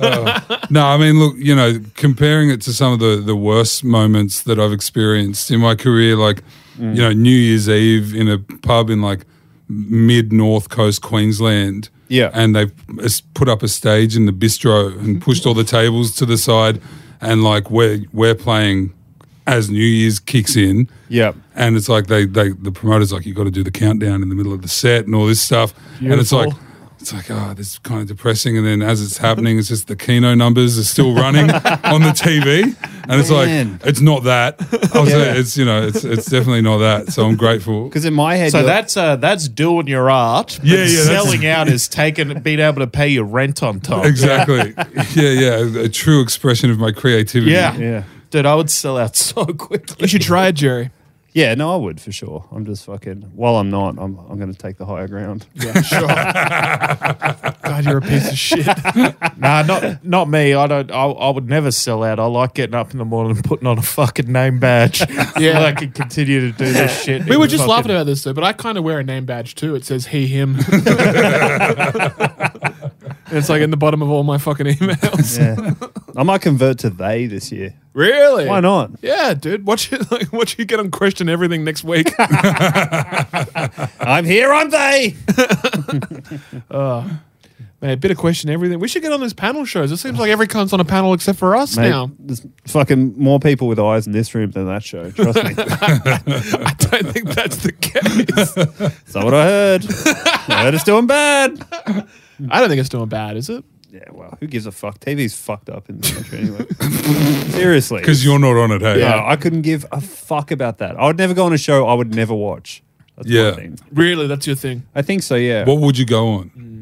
No, I mean, look, you know, comparing it to some of the, the worst moments that I've experienced in my career, like, you know, New Year's Eve in a pub in like mid North Coast Queensland. Yeah. And they've s- put up a stage in the bistro and pushed all the tables to the side. And like, we're, we're playing as New Year's kicks in. Yeah. And it's like they, they the promoter's like, you got to do the countdown in the middle of the set and all this stuff. And it's like, it's like, oh, this is kind of depressing. And then as it's happening, it's just the Kino numbers are still running on the TV. And it's Man. like, it's not that. I was like, it's, you know, it's, it's definitely not that. So I'm grateful. Because in my head, So you're- that's uh, that's doing your art. but Yeah, yeah, that's- Selling out is taking being able to pay your rent on time. Exactly. yeah, yeah. A true expression of my creativity. Yeah. Yeah. Dude, I would sell out so quickly. You should try it, Jerry. yeah, no, I would for sure. I'm just fucking. While I'm not, I'm I'm going to take the higher ground. God, you're a piece of shit. Nah, not not me. I don't. I, I would never sell out. I like getting up in the morning and putting on a fucking name badge. yeah, I can continue to do this shit. We were just Fucking- laughing about this though, but I kind of wear a name badge too. It says he, him. And it's like in the bottom of all my fucking emails. Yeah. I might convert to they this year. Really? Why not? Yeah, dude. Watch it. Like, watch you get on question everything next week. I'm here. I'm they. Man, a bit of question everything. We should get on those panel shows. It seems like every cunt's on a panel except for us Mate, now. There's fucking more people with eyes in this room than that show. Trust me. I don't think that's the case. That's not what I heard. I heard it's doing bad. I don't think it's doing bad, is it? Yeah, well, who gives a fuck? TV's fucked up in this country anyway. Seriously. Because you're not on it, hey? No, I couldn't give a fuck about that. I would never go on a show I would never watch. That's Yeah. my thing. Really, that's your thing. I think so, yeah. What would you go on?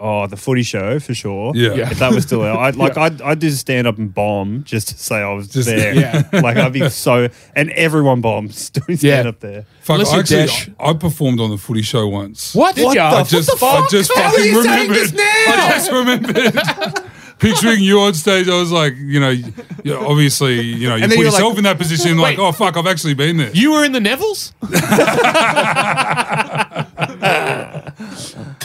Oh, the footy show for sure. Yeah. Yeah. If that was still out, I'd like I'd, I'd do stand up and bomb just to say I was Just- there. Yeah. Like I'd be so and everyone bombs doing stand up there. Fuck, Unless I you actually, dash. I performed on the footy show once. What? What ya? the I just, I just How fucking are you saying remembered. this now? I just remembered. Picturing you on stage, I was like, you know, you you know, obviously, you know, you And then put you're yourself like, in that position, like, wait. oh fuck, I've actually been there. You were in the Nevilles?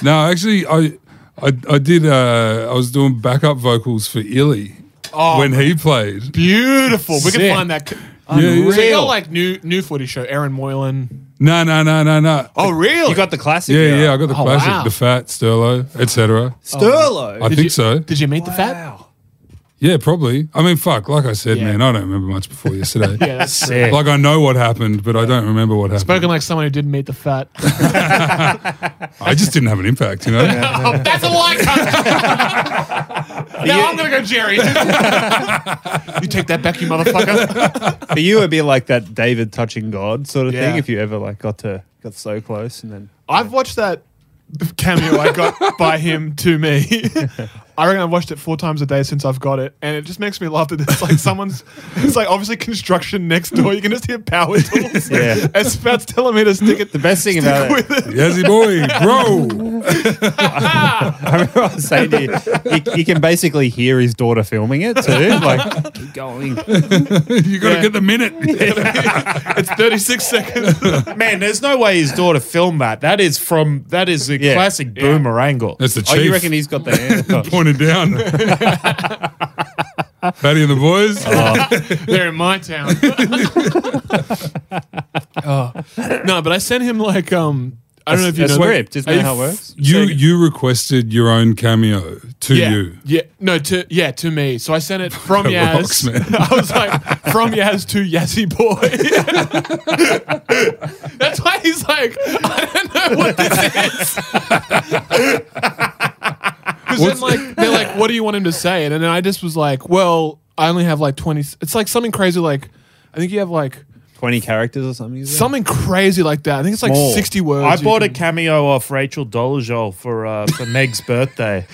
no, actually, I, I, I did. Uh, I was doing backup vocals for Illy Oh, when he played. Beautiful. We Sick. can find that. c- yeah. Unreal. So you got Real. like new new footy show, Aaron Moylan. No, no, no, no, no. Oh, really? You got the classic. Yeah, yeah, I got the Oh, classic, wow. the fat Sterlo, etc. Sturlo. I think so. Did you meet the fat? Yeah, probably. I mean, fuck. Like I said, Yeah. man, I don't remember much before yesterday. Yeah, that's Sick. Like I know what happened, but I don't remember what happened. Spoken like someone who didn't meet the fat. I just didn't have an impact, you know. oh, that's a lie. cunt. now I'm gonna go, Jerry. you take that back, you motherfucker. But you would be like that David touching God sort of Yeah. thing if you ever like got to got so close and then I've watched that cameo I got by him to me. I reckon I've watched it four times a day since I've got it, and it just makes me laugh that it's like someone's. It's like obviously construction next door. You can just hear power tools. Yeah. And Spat's telling me to stick it. the best thing about it, with it. Yazzie boy, bro. I remember I was saying to you, you, you can basically hear his daughter filming it too. Like, keep going. you got to Yeah. get the minute. It's 36 seconds. Man, there's no way his daughter filmed that. That is from that is a Yeah. classic boomer angle. That's the Oh, chief. you reckon he's got the hand? pointed down? Fatty and the Oh, boys. They're in my town. oh. No, but I sent him like um. I don't know if you a know script. that- Isn't that Are you how it f- works? You so- you requested your own cameo to yeah, you. Yeah, no, to yeah, to me. So I sent it from That Yaz. rocks, man. I was like, from Yaz to Yazzy boy. That's why he's like, I don't know what this is. Because then, like, they're like, what do you want him to say? And then I just was like, well, I only have like twenty. It's like something crazy. Like, I think you have like Twenty characters or something? is it? something crazy like that. I think it's like More. sixty words. Oh. I you bought a can- cameo off Rachel Dolezal for uh, for Meg's birthday.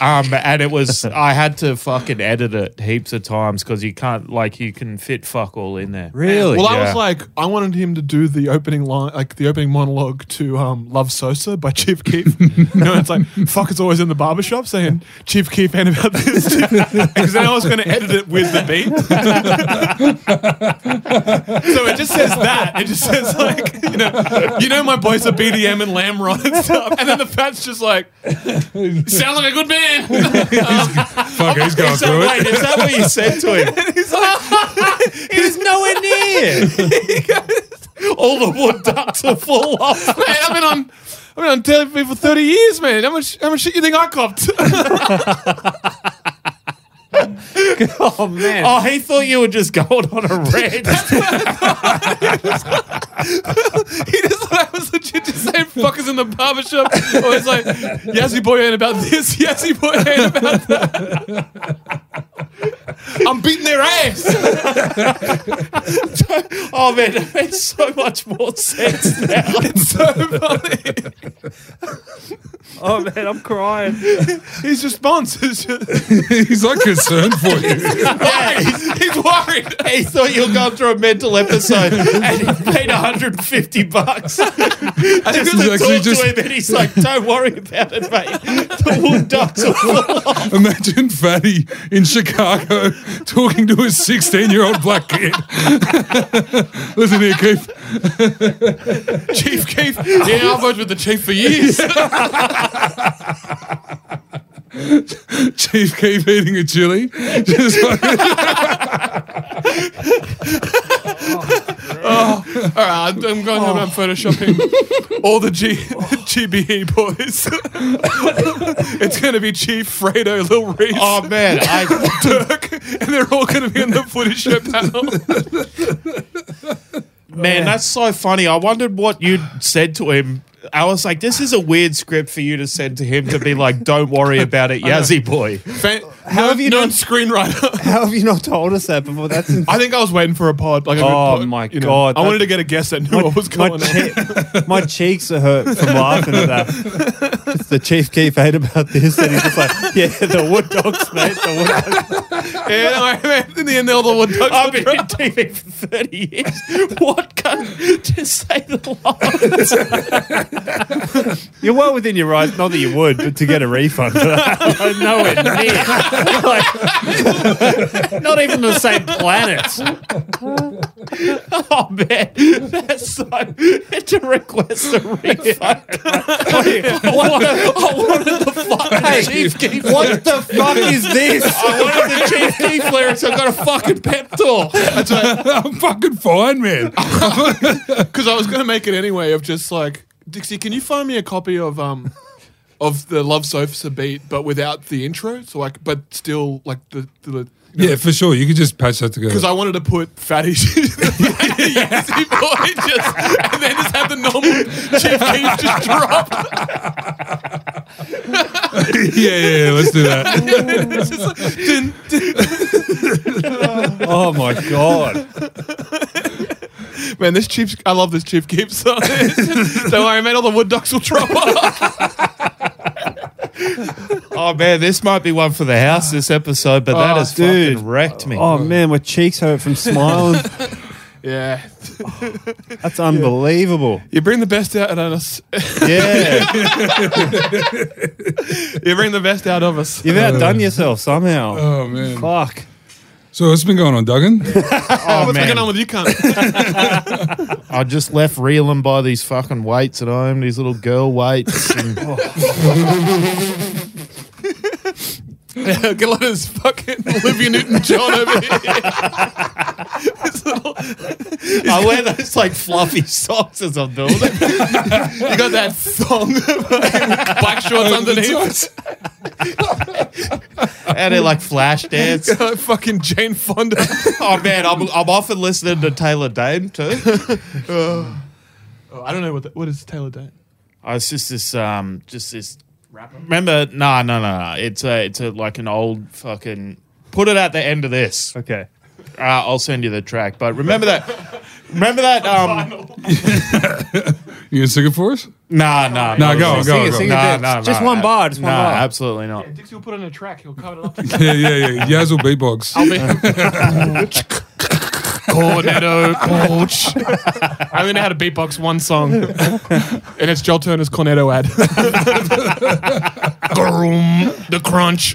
Um, and it was I had to fucking edit it heaps of times because you can't like you can fit fuck all in there. Really? Well, I Yeah. was like, I wanted him to do the opening line, like the opening monologue to um, "Love Sosa" by Chief Keef. you know, it's like fuck is always in the barbershop saying Chief Keef ain't about this, because then I was going to edit it with the beat. so it just says that. It just says like, you know, you know, my boys are BDM and lamb rod and stuff, and then the fat's just like, sound like a good man. Fuck, he's going Is that, through wait, it. is that what you said to him? He's like, He's nowhere near. all the wood ducks will fall off. Mate, I've been on I've been on television for thirty years, man. How much how much shit you think I copped? oh man, Oh, he thought you were just going on a rant. he just thought I was legit just saying fuckers in the barbershop. I was like, Yazzie boy ain't about this, Yazzie boy ain't about that. I'm beating their ass. oh man, it makes so much more sense now. It's so funny. oh man, I'm crying. His response is just he's like concerned for you. Yeah, he's, he's worried. He thought you were going through a mental episode and he paid 150 bucks. I just he's to actually talk just- to him and he's like, don't worry about it, mate. The wood ducks will fall off. Imagine Fatty in Chicago talking to a 16 year old black kid. Listen here, Keith. Chief Keef. Yeah, I've worked with the chief for years. Chief Keith eating a chili. Just fucking- All right, I'm, I'm going home. I'm photoshopping all the G- GBE boys. it's going to be Chief Fredo, Lil Reese, Oh man, I, Dirk, and they're all going to be in the footage show panel. man, that's so funny. I wondered what you said to him. I was like, this is a weird script for you to send to him to be like, don't worry about it, Yazzie boy. Fan- How have you non- done- screenwriter? How have you not told us that before? That's insane. I think I was waiting for a pod. Like, a good Oh, pod, my you know. God, I that- wanted to get a guess that knew what was my, going on. che- my cheeks are hurt from laughing at that. It's the chief keef hate about this, and he's just like, "Yeah, the wood dogs, mate. The wood dogs." Yeah, I mean, in the end, all the one ducks I've were been in TV for 30 years. What can just say the line? You're well within your rights, not that you would, but to get a refund. I'm nowhere near. Like, not even the same planet. oh man, that's so. To request a refund. I wanted- I wanted the fucking chief keef. what the fuck is this? I wanted the chief keef lyrics. I got a fucking pep talk. I'm fucking fine, man. Because I was going to make it anyway of just like, Dixie, can you find me a copy of um of the Love Sofa beat, but without the intro. So like, but still like the the. Yeah, for sure. You could just patch that together. Because I wanted to put fatty shit in the Yeezy boy just, and then just have the normal Chief Keef just drop. yeah, yeah, yeah, let's do that. It's just like, dun, dun. Oh my god! Man, this Chief, I love this Chief Keef song. Don't worry, man, all the wood ducks will drop off. Oh man, this might be one for the house this episode, but that Oh, has dude. fucking wrecked me. Oh man, my cheeks hurt from smiling. Yeah. That's unbelievable. You bring the best out of us. Yeah, You bring the best out of us. you've outdone yourself somehow. Oh man. Fuck. So what's been going on, Duggan? Oh, What's man. going on with you, cunt? I just left reeling by these fucking weights at home, these little girl weights. and- uh, Get a lot of this fucking Olivia Newton-John over here. I wear those like fluffy socks as I'm doing it. You got that thong, black shorts underneath. And it like flash dance. Like fucking Jane Fonda. Oh man, I'm, I'm often listening to Taylor Dane too. Oh, I don't know what that, what is Taylor Dane. Oh, it's just this, um, just this. Remember? No, no, no, no. It's a, it's a like an old fucking. Put it at the end of this. Okay. Uh, I'll send you the track. But remember that. Remember that. Um, You gonna sing it for us? nah, nah, No, go on, go on, go on. Sing a Nah, bit. nah, just nah. one bar. Just one Nah, bar. absolutely not. Dixie will put on a track. He'll cover it up. Yeah, yeah, yeah. Yazzel beatbox. Cornetto Porch. I only know how to beatbox one song, and it's Joel Turner's Cornetto ad. Groom, the crunch.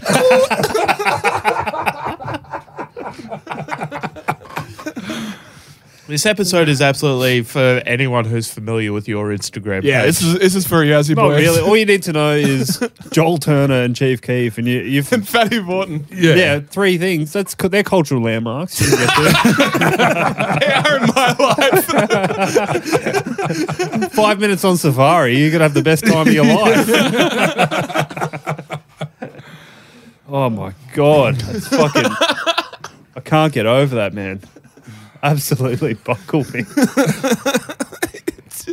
This episode is absolutely for anyone who's familiar with your Instagram. Yeah, page. this is this is for Yazzie Not boys. really. All you need to know is Joel Turner and Chief Keef, and you, you've Fatty Morton. Yeah. yeah, three things. That's cu- they're cultural landmarks. You can get there. They are in my life. Five minutes on safari, you're gonna have the best time of your life. oh my god, that's fucking! I can't get over that man. Absolutely buckle me.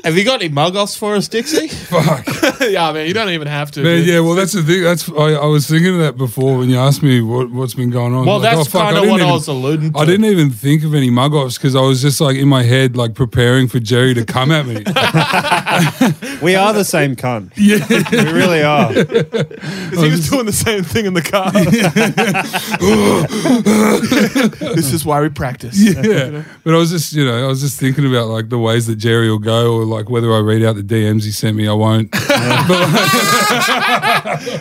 Have you got any mug offs for us, Dixie? Fuck. yeah, man, you don't even have to. Man, dude. yeah, well, that's the thing. That's I, I was thinking of that before when you asked me what, what's been going on. Well, Like, that's oh, fuck, kind of didn't what I even- was alluding to. I didn't even think of any mug offs because I was just like in my head, like preparing for Jerry to come at me. We are the same cunt. we really are. 'Cause he was doing the same thing in the car. this is why we practice. yeah, but I was just, you know, I was just thinking about like the ways that Jerry will go, or like whether I read out the DMs he sent me. I won't.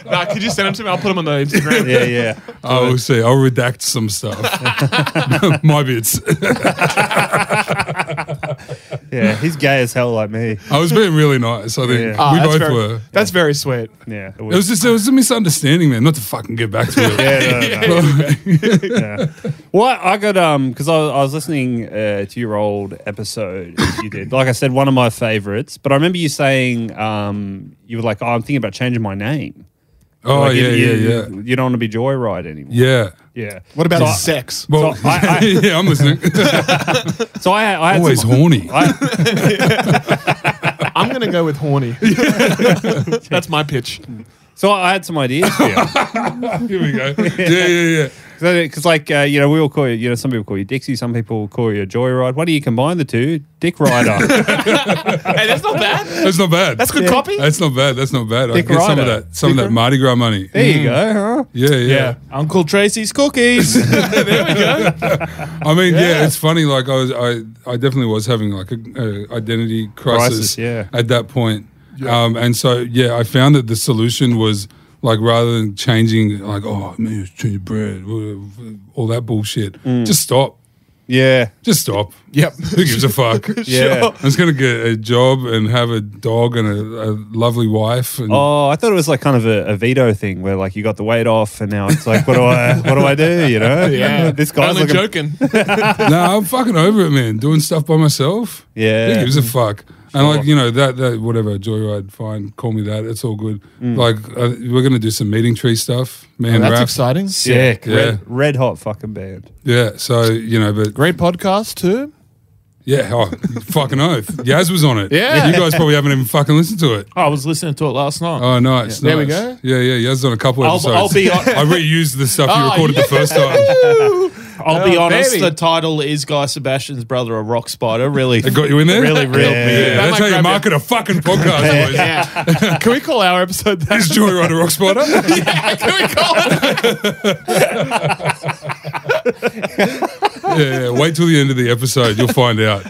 Nah, could you send them to me? I'll put them on the Instagram. Yeah, yeah. I will see. I'll redact some stuff. my bits. Yeah, he's gay as hell like me. I was being really nice. I think Yeah. Ah, we that's both very, were. That's very sweet. Yeah. It was just it was a misunderstanding, man. Not to fucking get back to it. yeah, no, no. Yeah. Well, I got um because I, I was listening uh, to your old episode you did. Like I said, one of my favorites. But I remember you saying um you were like, "Oh, I'm thinking about changing my name." Oh Like, you, yeah, you, yeah, yeah, You, don't want to be Joyride anymore. yeah. Yeah. What about so I- sex? Well, So I- I- yeah, I'm listening. So I, I had Always some- horny. I, I'm gonna go with horny. That's my pitch. so I had some ideas for you. Here we go. Yeah, yeah, yeah. Because, like, uh, you know, we all call you, you know, some people call you Dixie, some people call you Joyride. Why do you combine the two? Dick Rider. Hey, that's not bad. That's not bad. That's good Yeah. copy. That's not bad. That's not bad. I Dick get some of Rider. that. Some of that Mardi Gras money. there you go, huh? Yeah, Mm. yeah. Uncle Tracy's cookies. I mean, yeah. it's funny. Like I was, I, I definitely was having like a, a identity crisis, Crisis, yeah. at that point. Um, and so yeah, I found that the solution was like rather than changing like oh man, it's too bread, all that bullshit. Just stop. Yeah. Just stop. Yep. Who gives a fuck? Yeah. I'm just gonna get a job and have a dog and a, a lovely wife. And Oh, I thought it was like kind of a, a veto thing where like you got the weight off and now it's like what do I what do I do? You know? Yeah, This guy's only looking joking. no, I'm fucking over it, man. Doing stuff by myself. Yeah. Who gives a fuck? And like you know that that whatever joyride, fine, call me that. It's all good. Like uh, we're gonna do some meeting tree stuff, man. Mm. Oh, That's Raph. exciting. Sick. Yeah. Red, red hot fucking band. Yeah. So you know, but Great podcast too. yeah, oh, fucking oath. Yaz was on it. Yeah. Oh, You guys probably haven't even fucking listened to it. I was listening to it last night. Oh, nice. There we nice. go. Yeah, yeah. Yaz on a couple I'll- episodes. I'll be on- I reused the stuff you Oh, recorded the first time. I'll be Oh, honest, baby. the title is Guy Sebastian's brother, a rock spider. Really, It got you in there. really real. Yeah. Yeah, That that's might how you grab market a fucking podcast. boys. Yeah. Can we call our episode that? Is Joyride a rock spider? yeah, can we call it that? yeah, yeah. Wait till the end of the episode. You'll find out.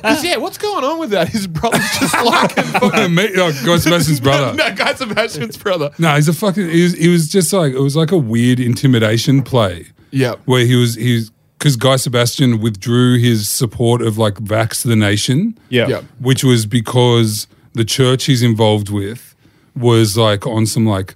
'Cause, Yeah, what's going on with that? His brother's just like him. Fucking mate, oh, Guy Sebastian's brother. no, Guy Sebastian's brother. No, he's a fucking. He was, he was just like it was like a weird intimidation play. Yeah. where he was he's because Guy Sebastian withdrew his support of like Vax the Nation. Yeah. Yeah. which was because the church he's involved with was like on some like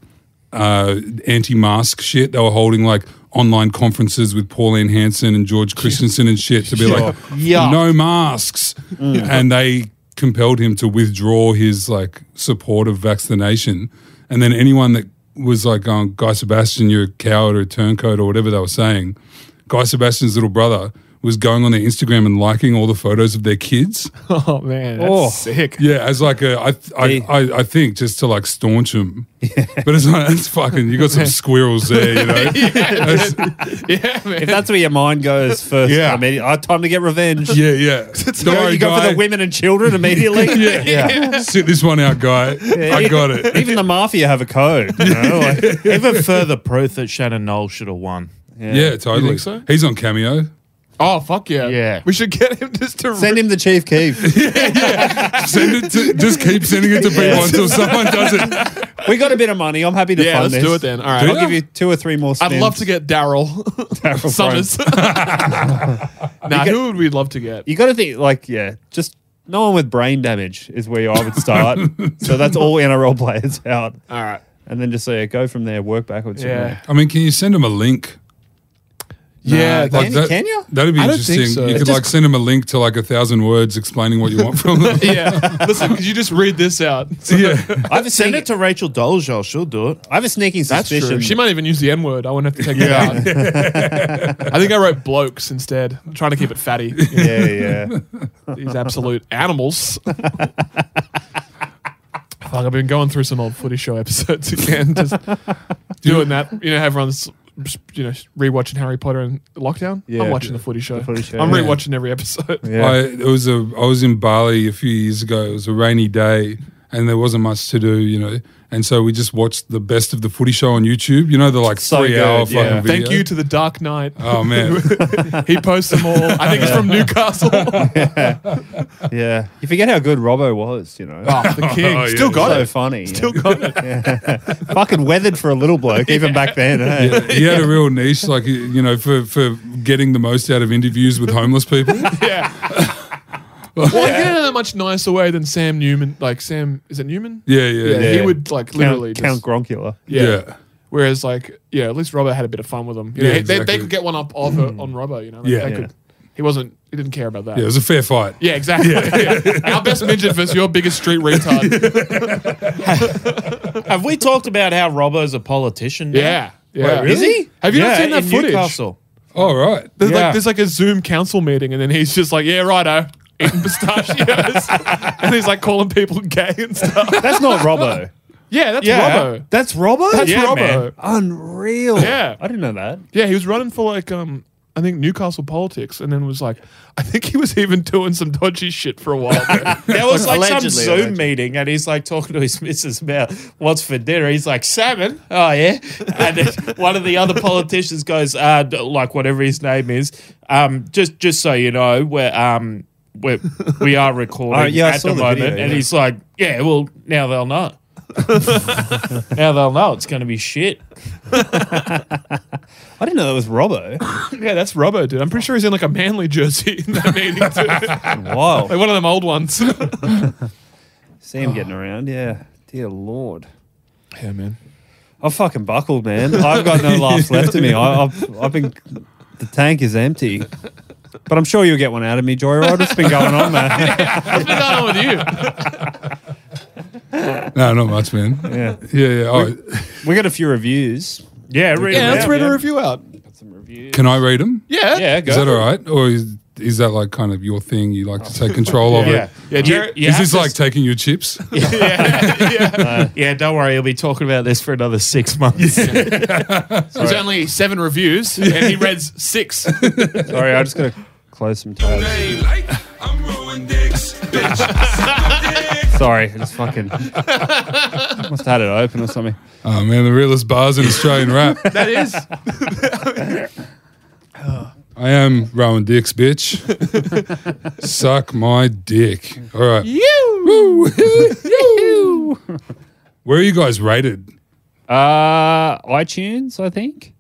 uh, anti-mask shit. They were holding like online conferences with Pauline Hanson and George Christensen and shit to be like Yeah. Mm. no masks, and they compelled him to withdraw his like support of vaccination. And then anyone that was like, oh, "Guy Sebastian, you're a coward or a turncoat or whatever they were saying," Guy Sebastian's little brother was going on their Instagram and liking all the photos of their kids. Oh man, that's Oh. sick. Yeah, as like a, I, I, I, I think just to like staunch them. But it's like, that's fucking, you got some squirrels there, you know? That's- Yeah, If man. that's where your mind goes first, Yeah. yeah. immediately, oh, time to get revenge. yeah, yeah. Don't You, know what worry, you go for guy. the women and children immediately. Yeah. Sit this one out, guy. I got it. Even the mafia have a code. You know? like, Even further proof that Shannon Knoll should have won. Yeah, totally. think so? He's on Cameo. Oh fuck yeah. Yeah. We should get him just to send him the Chief Keef. Send it to, just keep sending it to people Yeah. until someone does it. we got a bit of money. I'm happy to Yeah, fund let's this. do it then. All right. I'll Do give it. you two or three more I'd spins. love to get Daryl Summers. nah, who would we love to get? You got to think, like, yeah, just no one with brain damage is where I would start. so that's all NRL players out. All right. And then just say, go from there, work backwards. from there. Yeah. I mean, can you send him a link? Yeah. Can- that's- that, can you? That'd be I don't interesting. think so. You It could like send him a link to like a thousand words explaining what you want from them. yeah. Listen, could you just read this out? yeah. I have a Send sneak- it to Rachel Dolezal. She'll do it. I have a sneaking That's suspicion. true. She might even use the N word. I wouldn't have to take that out. I think I wrote blokes instead. I'm trying to keep it fatty. yeah, yeah. These absolute animals. Fuck, I've been going through some old footy show episodes again, just doing that. You know, how everyone's you know rewatching Harry Potter and lockdown. I'm Yeah. watching the footy show. Footy Show, I'm yeah. rewatching every episode. Yeah. I it was a I was in Bali a few years ago. It was a rainy day and there wasn't much to do, you know. And so we just watched the best of the footy show on YouTube. You know, the like So three hour good, fucking yeah. video. Thank you to the Dark Knight. Oh man. he posts them all. I think it's from Newcastle. Yeah. You forget how good Robbo was, you know. oh, the king Oh, yeah. still got so it. funny. Still got it. Fucking weathered for a little bloke, even back then. eh? Yeah, he had a real niche, like you you know, for for getting the most out of interviews with homeless people. Yeah. well, you get it in a much nicer way than Sam Newman. Like Sam, is it Newman? Yeah, yeah, yeah. He would like literally Count, just, Count Gronkula. yeah. Yeah. Whereas like yeah, at least Robert had a bit of fun with them. You know, Yeah, he- they, exactly. they could get one up off Hmm. her- on Robert. You know, Like, Yeah. they Yeah. Could, he wasn't. He didn't care about that. it was a fair fight. Yeah, exactly. Yeah. Our best midget versus your biggest street retard. Have we talked about how Robbo's a politician? now? yeah. Yeah. Is he? Have you not Yeah, seen that in footage? Newcastle. All right. There's Yeah. like there's like a Zoom council meeting, and then he's just like, yeah, righto, eating pistachios, and he's like calling people gay and stuff. That's not Robbo. Yeah, that's Yeah. Robbo. That's Robbo? That's Yeah, Robbo. man. Unreal. Yeah. I didn't know that. Yeah, he was running for like um I think Newcastle politics and then was like I think he was even doing some dodgy shit for a while. there. There was like some Allegedly, Zoom allegedly. meeting, and he's like talking to his missus about what's for dinner. He's like salmon. Oh yeah, and then one of the other politicians goes, uh, d- like whatever his name is. Um, just just so you know, we're um we we are recording Oh, yeah, I at saw the the moment, video, and yeah. he's like, yeah, well now they'll know. now they'll know it's going to be shit. I didn't know that was Robbo. yeah, that's Robbo, dude. I'm pretty sure he's in like a manly jersey in that meeting too. like wow. one of them old ones. See him getting around. Yeah. Dear Lord. yeah, man. I'm fucking buckled, man. I've got no laughs left in me. I, I've, I've been. The tank is empty. But I'm sure you'll get one out of me, Joyride. It's been going on there. What's been going on with you? No, not much, man. yeah. Yeah, yeah. Oh, We got a few reviews. Yeah, read Yeah, it let's out, read yeah. a review out. can I read them? Yeah. Yeah, go. Is that for it. all right? Or is, is that like kind of your thing? You like to take control of Yeah. it? Yeah, Jer- you is have this to like s- taking your chips? yeah, yeah. yeah, don't worry. He'll be talking about this for another six months. There's only seven reviews, and he read six. Sorry, I just got to close some tabs. I'm rolling dicks, bitch. Sorry, I just fucking must have had it open or something. oh man, the realest bars in Australian rap. That is. I am Rowan Dicks, bitch. Suck my dick. All right. Woo. Where are you guys rated? Uh, iTunes, I think.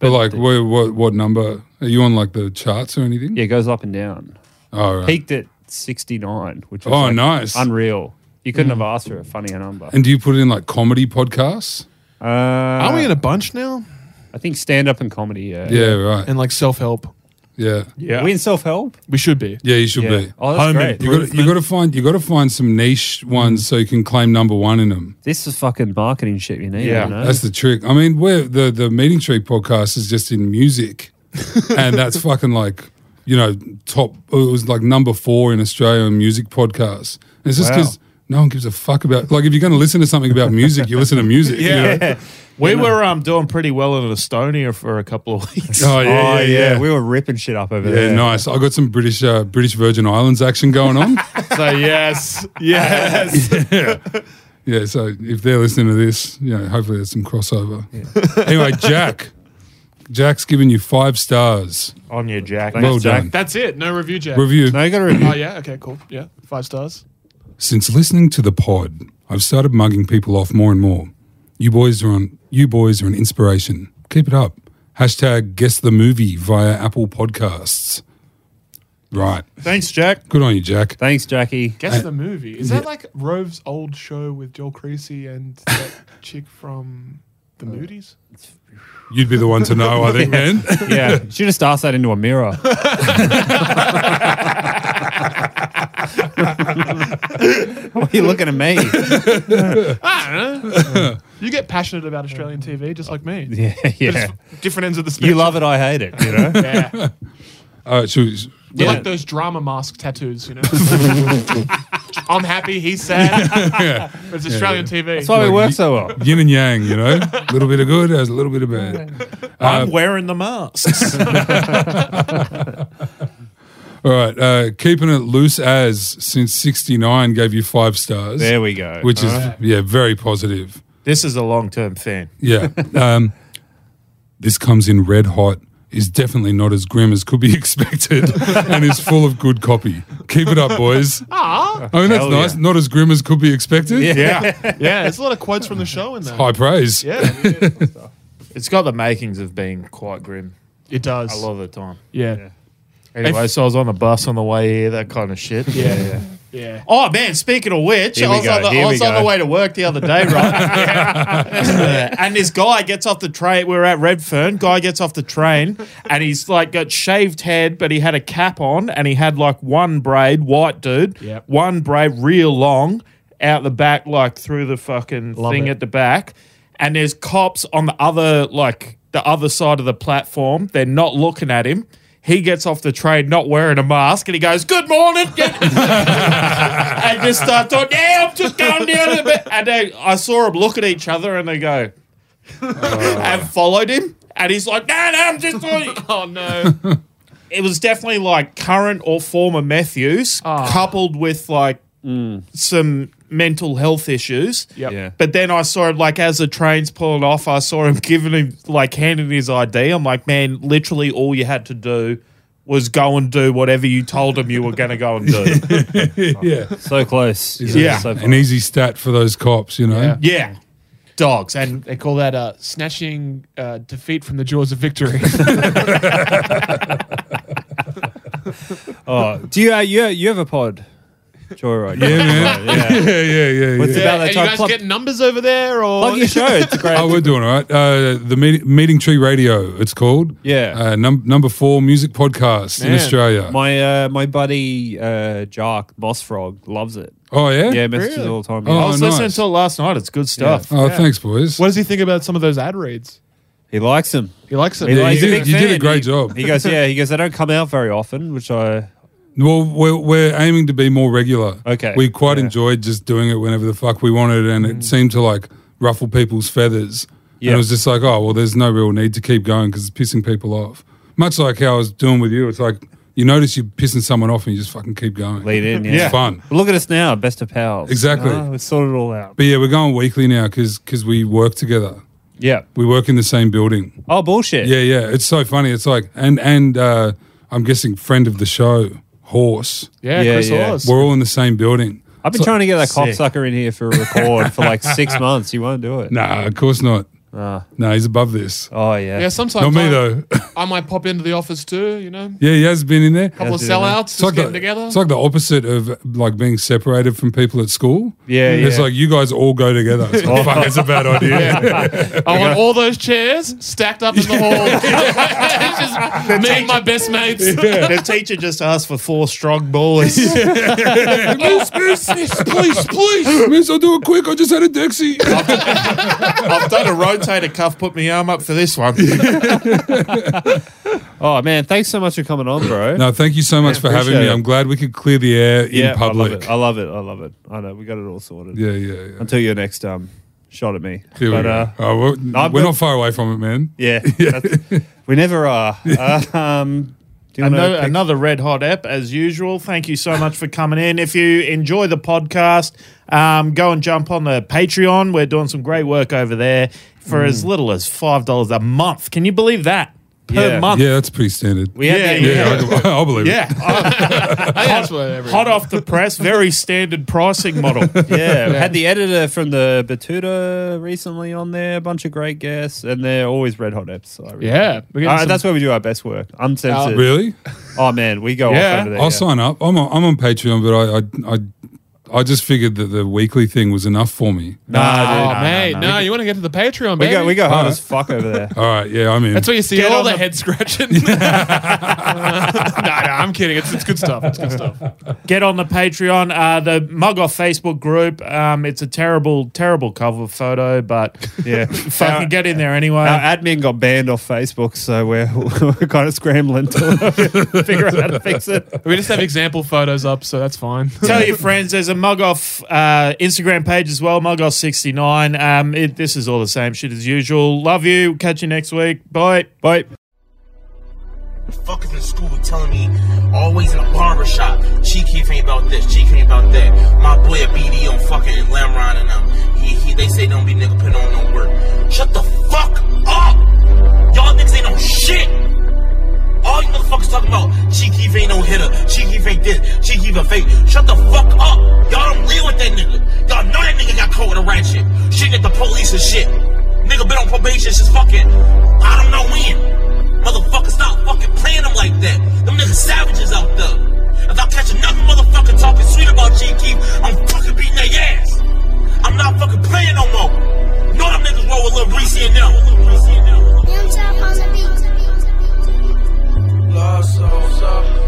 But like, where, what what number? Are you on like the charts or anything? Yeah, it goes up and down. All right. Peaked at 69, which was Oh, like nice. Mm. unreal. You couldn't have asked for a funnier number. And do you put in like comedy podcasts? Uh, Are we in a bunch now? I think stand up and comedy. Yeah. Yeah, right. And like self help. Yeah. Are we in self help? We should be. Yeah, you should be. Oh, that's Home great. You got you got to find you got to find some niche ones so you can claim number one in them. This is fucking marketing shit you need. Yeah. You know? That's the trick. I mean, we're the the meeting tree podcast is just in music, and that's fucking like you know top. It was like number four in Australia on music podcasts. And it's just Wow. because no one gives a fuck about. Like, if you're going to listen to something about music, you listen to music. you know? We were um, doing pretty well in Estonia for a couple of weeks. Oh yeah, oh, yeah, yeah. We were ripping shit up over Yeah, there. nice. I got some British uh, British Virgin Islands action going on. So, yes, yes. Yeah, so if they're listening to this, you know, hopefully there's some crossover. anyway, Jack. Jack's giving you five stars. On your jack. well Jack. done. That's it. No review, Jack. Review. No, you got to review. Oh, yeah. Okay, cool. Yeah. Five stars. Since listening to the pod, I've started mugging people off more and more. You boys are on you boys are an inspiration. Keep it up. Hashtag guess the movie via Apple Podcasts. Right. Thanks, Jack. Good on you, Jack. Thanks, Jackie. Guess the movie. Is that like Rove's old show with Joel Creasy and that chick from The Moody's? You'd be the one to know, I think, man. Yeah, she just asked that into a mirror. Why are you looking at me? I don't know. you get passionate about Australian TV just like me. Yeah, yeah. Just different ends of the spectrum. You love it, I hate it. You know. Yeah. We're All right, Uh, should we- like those drama mask tattoos, you know? I'm happy, he's sad. But it's Australian TV. That's why we work so well. yin and yang, you know? A little bit of good, a little bit of bad. Um, I'm wearing the masks. All right, uh, keeping it loose as since '69 gave you five stars, There we go. which is yeah very positive. this is a long term fan. Yeah, um, this comes in red hot. Is definitely not as grim as could be expected, and is full of good copy. Keep it up, boys. Ah. I mean, Ah, that's Hell nice. yeah. Not as grim as could be expected. Yeah. yeah, there's a lot of quotes from the show in there. High praise. Yeah, It's got the makings of being quite grim it does. a lot of the time. Yeah. Anyway, so I was on the bus on the way here, that kind of shit. Yeah. yeah. Yeah. Oh man! Speaking of which, Here I we was, go, on, the, here I we was on go. the way to work the other day, right? and this guy gets off the train. We were at Redfern. Guy gets off the train, and he's like got shaved head, but he had a cap on, and he had like one braid, white dude, Yep. one braid real long out the back, like through the fucking Love thing it. at the back. And there's cops on the other, like the other side of the platform. They're not looking at him. He gets off the train not wearing a mask and he goes, Good morning. I just start thought, yeah, I'm just going down a bit. And they, I saw them look at each other and they go, and followed him. And he's like, no, no, I'm just doing it." Oh, no. It was definitely like current or former meth use Ah. coupled with like some mental health issues. Yep. Yeah. But then I saw him like as the train's pulling off, I saw him giving him like handing his ID. I'm like, man, literally all you had to do was go and do whatever you told him you were going to go and do. yeah. so close. Yeah. So An easy stat for those cops, you know. Yeah. yeah. Dogs and They call that uh, snatching uh, defeat from the jaws of victory. Oh, do you uh, you you have a pod? Joyride. Yeah, man. Yeah. yeah, yeah, yeah. What's yeah. about Are that you time? guys Plug- getting numbers over there? Or plug your show. It's a great. Oh, we're doing all right. Uh, the meet- Meeting Tree Radio, it's called. Yeah. Uh, num- number four music podcast in Man. Australia. my uh, my buddy uh, Jark Boss Frog loves it. oh, yeah? Yeah, messages all the time. Yeah. Oh, I was nice. listening to it last night. It's good stuff. Oh, thanks, boys. What does he think about some of those ad reads? He likes him. He likes it. He Yeah, likes you he's did- big you did a fan. great He- job. He goes, yeah. He goes, they don't come out very often, which I Well, we're, we're aiming to be more regular. Okay. We quite Yeah. Mm. enjoyed just doing it whenever the fuck we wanted, and it seemed to like ruffle people's feathers. And Yeah. it was just like, oh, well, there's no real need to keep going because it's pissing people off. Much like how I was doing with you, it's like you notice you're pissing someone off and you just fucking keep going. lead in. Yeah. It's fun. But look at us now, best of pals. Exactly. Ah, we sorted it all out. But yeah, we're going weekly now because we work together. Yeah. We work in the same building. Oh bullshit. Yeah, yeah. It's so funny. It's like, and, and uh, I'm guessing friend of the show, Horse. Yeah, Yeah, Chris yeah. Hollis. We're all in the same building. I've been trying to get that cocksucker in here for a record for like six months. You won't do it. Nah, of course not. no, he's above this. Ah. Oh yeah. yeah, not sometimes I, me though. I might pop into the office too. You know, yeah, he has been in there. couple of do that. sellouts just the, getting together. it's like the opposite of like being separated from people at school. Yeah, It's yeah. like you guys all go together. It's like, fuck, it's a bad idea. I want all those chairs stacked up in the hall. It's just me and my best mates. The teacher just asked for four strong boys. miss, miss, miss, please, please, miss, I'll do it quick. I just had a Dexy. I've done a rotator cuff, put my arm up for this one. Oh man, thanks so much for coming on, bro. no, thank you so much for having appreciate me. it. I'm glad we could clear the air yeah, in public. I love it. I love it. I love it. I know we got it all sorted. yeah, yeah, yeah. Until your next um shot at me. Here we but go. uh Oh, we're I've we're got- not far away from it, man. yeah, that's- we never are. Uh, um, do you want Another, to? another red hot app as usual. Thank you so much for coming in. If you enjoy the podcast, um, go and jump on the Patreon. We're doing some great work over there for as little as five dollars a month. Can you believe that per Yeah. month? Yeah, that's pretty standard. We had Yeah, the- yeah, I, I'll believe it. Yeah, That's what everyone- hot off the press, very standard pricing model. Yeah, we had the editor from the Batuta recently on there. A bunch of great guests, and they're always red hot eps. I really- Yeah, we're getting Uh, some- that's where we do our best work. Uncensored. Really? Oh man, we go Yeah. off over there. I'll yeah. sign up. I'm on, I'm on Patreon, but I, I I I just figured that the weekly thing was enough for me. Nah, Oh, dude. mate, no, you want to get to the Patreon, we baby. go we go hard Alright. as fuck over there. All right, yeah, I'm in. That's where you see Get all on the, the- head scratching. no, no, I'm kidding. It's, it's good stuff. It's good stuff. Get on the Patreon, uh, the Mug Off Facebook group. Um, it's a terrible, terrible cover photo, but Yeah, fucking get in there anyway. Our admin got banned off Facebook, so we're, we're kind of scrambling to figure out how to fix it. We just have example photos up, so that's fine. Tell your friends. There's a mug off uh, Instagram page as well, mug off 69. Um, it, this is all the same shit as usual. Love you. Catch you next week. Bye. Bye. The fuckers in school were telling me always in a barber shop. She keep me about this, she keep me about that. My boy a BD on fucking Lamron and them. He, he, they say don't be nigga putting on no work. Shut the fuck up! Y'all niggas ain't no shit! All you motherfuckers talking about, she keep ain't no hitter, she keep ain't this, she keep a fake. Shut the fuck up! Y'all don't real with that nigga. Y'all know that nigga got caught with a ratchet. Shit at the police and shit. Nigga been on probation since fucking, I don't know when. Motherfucker, stop fucking playing them like that. Them niggas savages out there. If I catch another motherfucker talking sweet about G Keith, I'm fucking beating their ass. I'm not fucking playing no more. Know them niggas roll with Lil Reese and them. Lil Reese and them. Young Chop House and Beats. Love so, so. E Oh,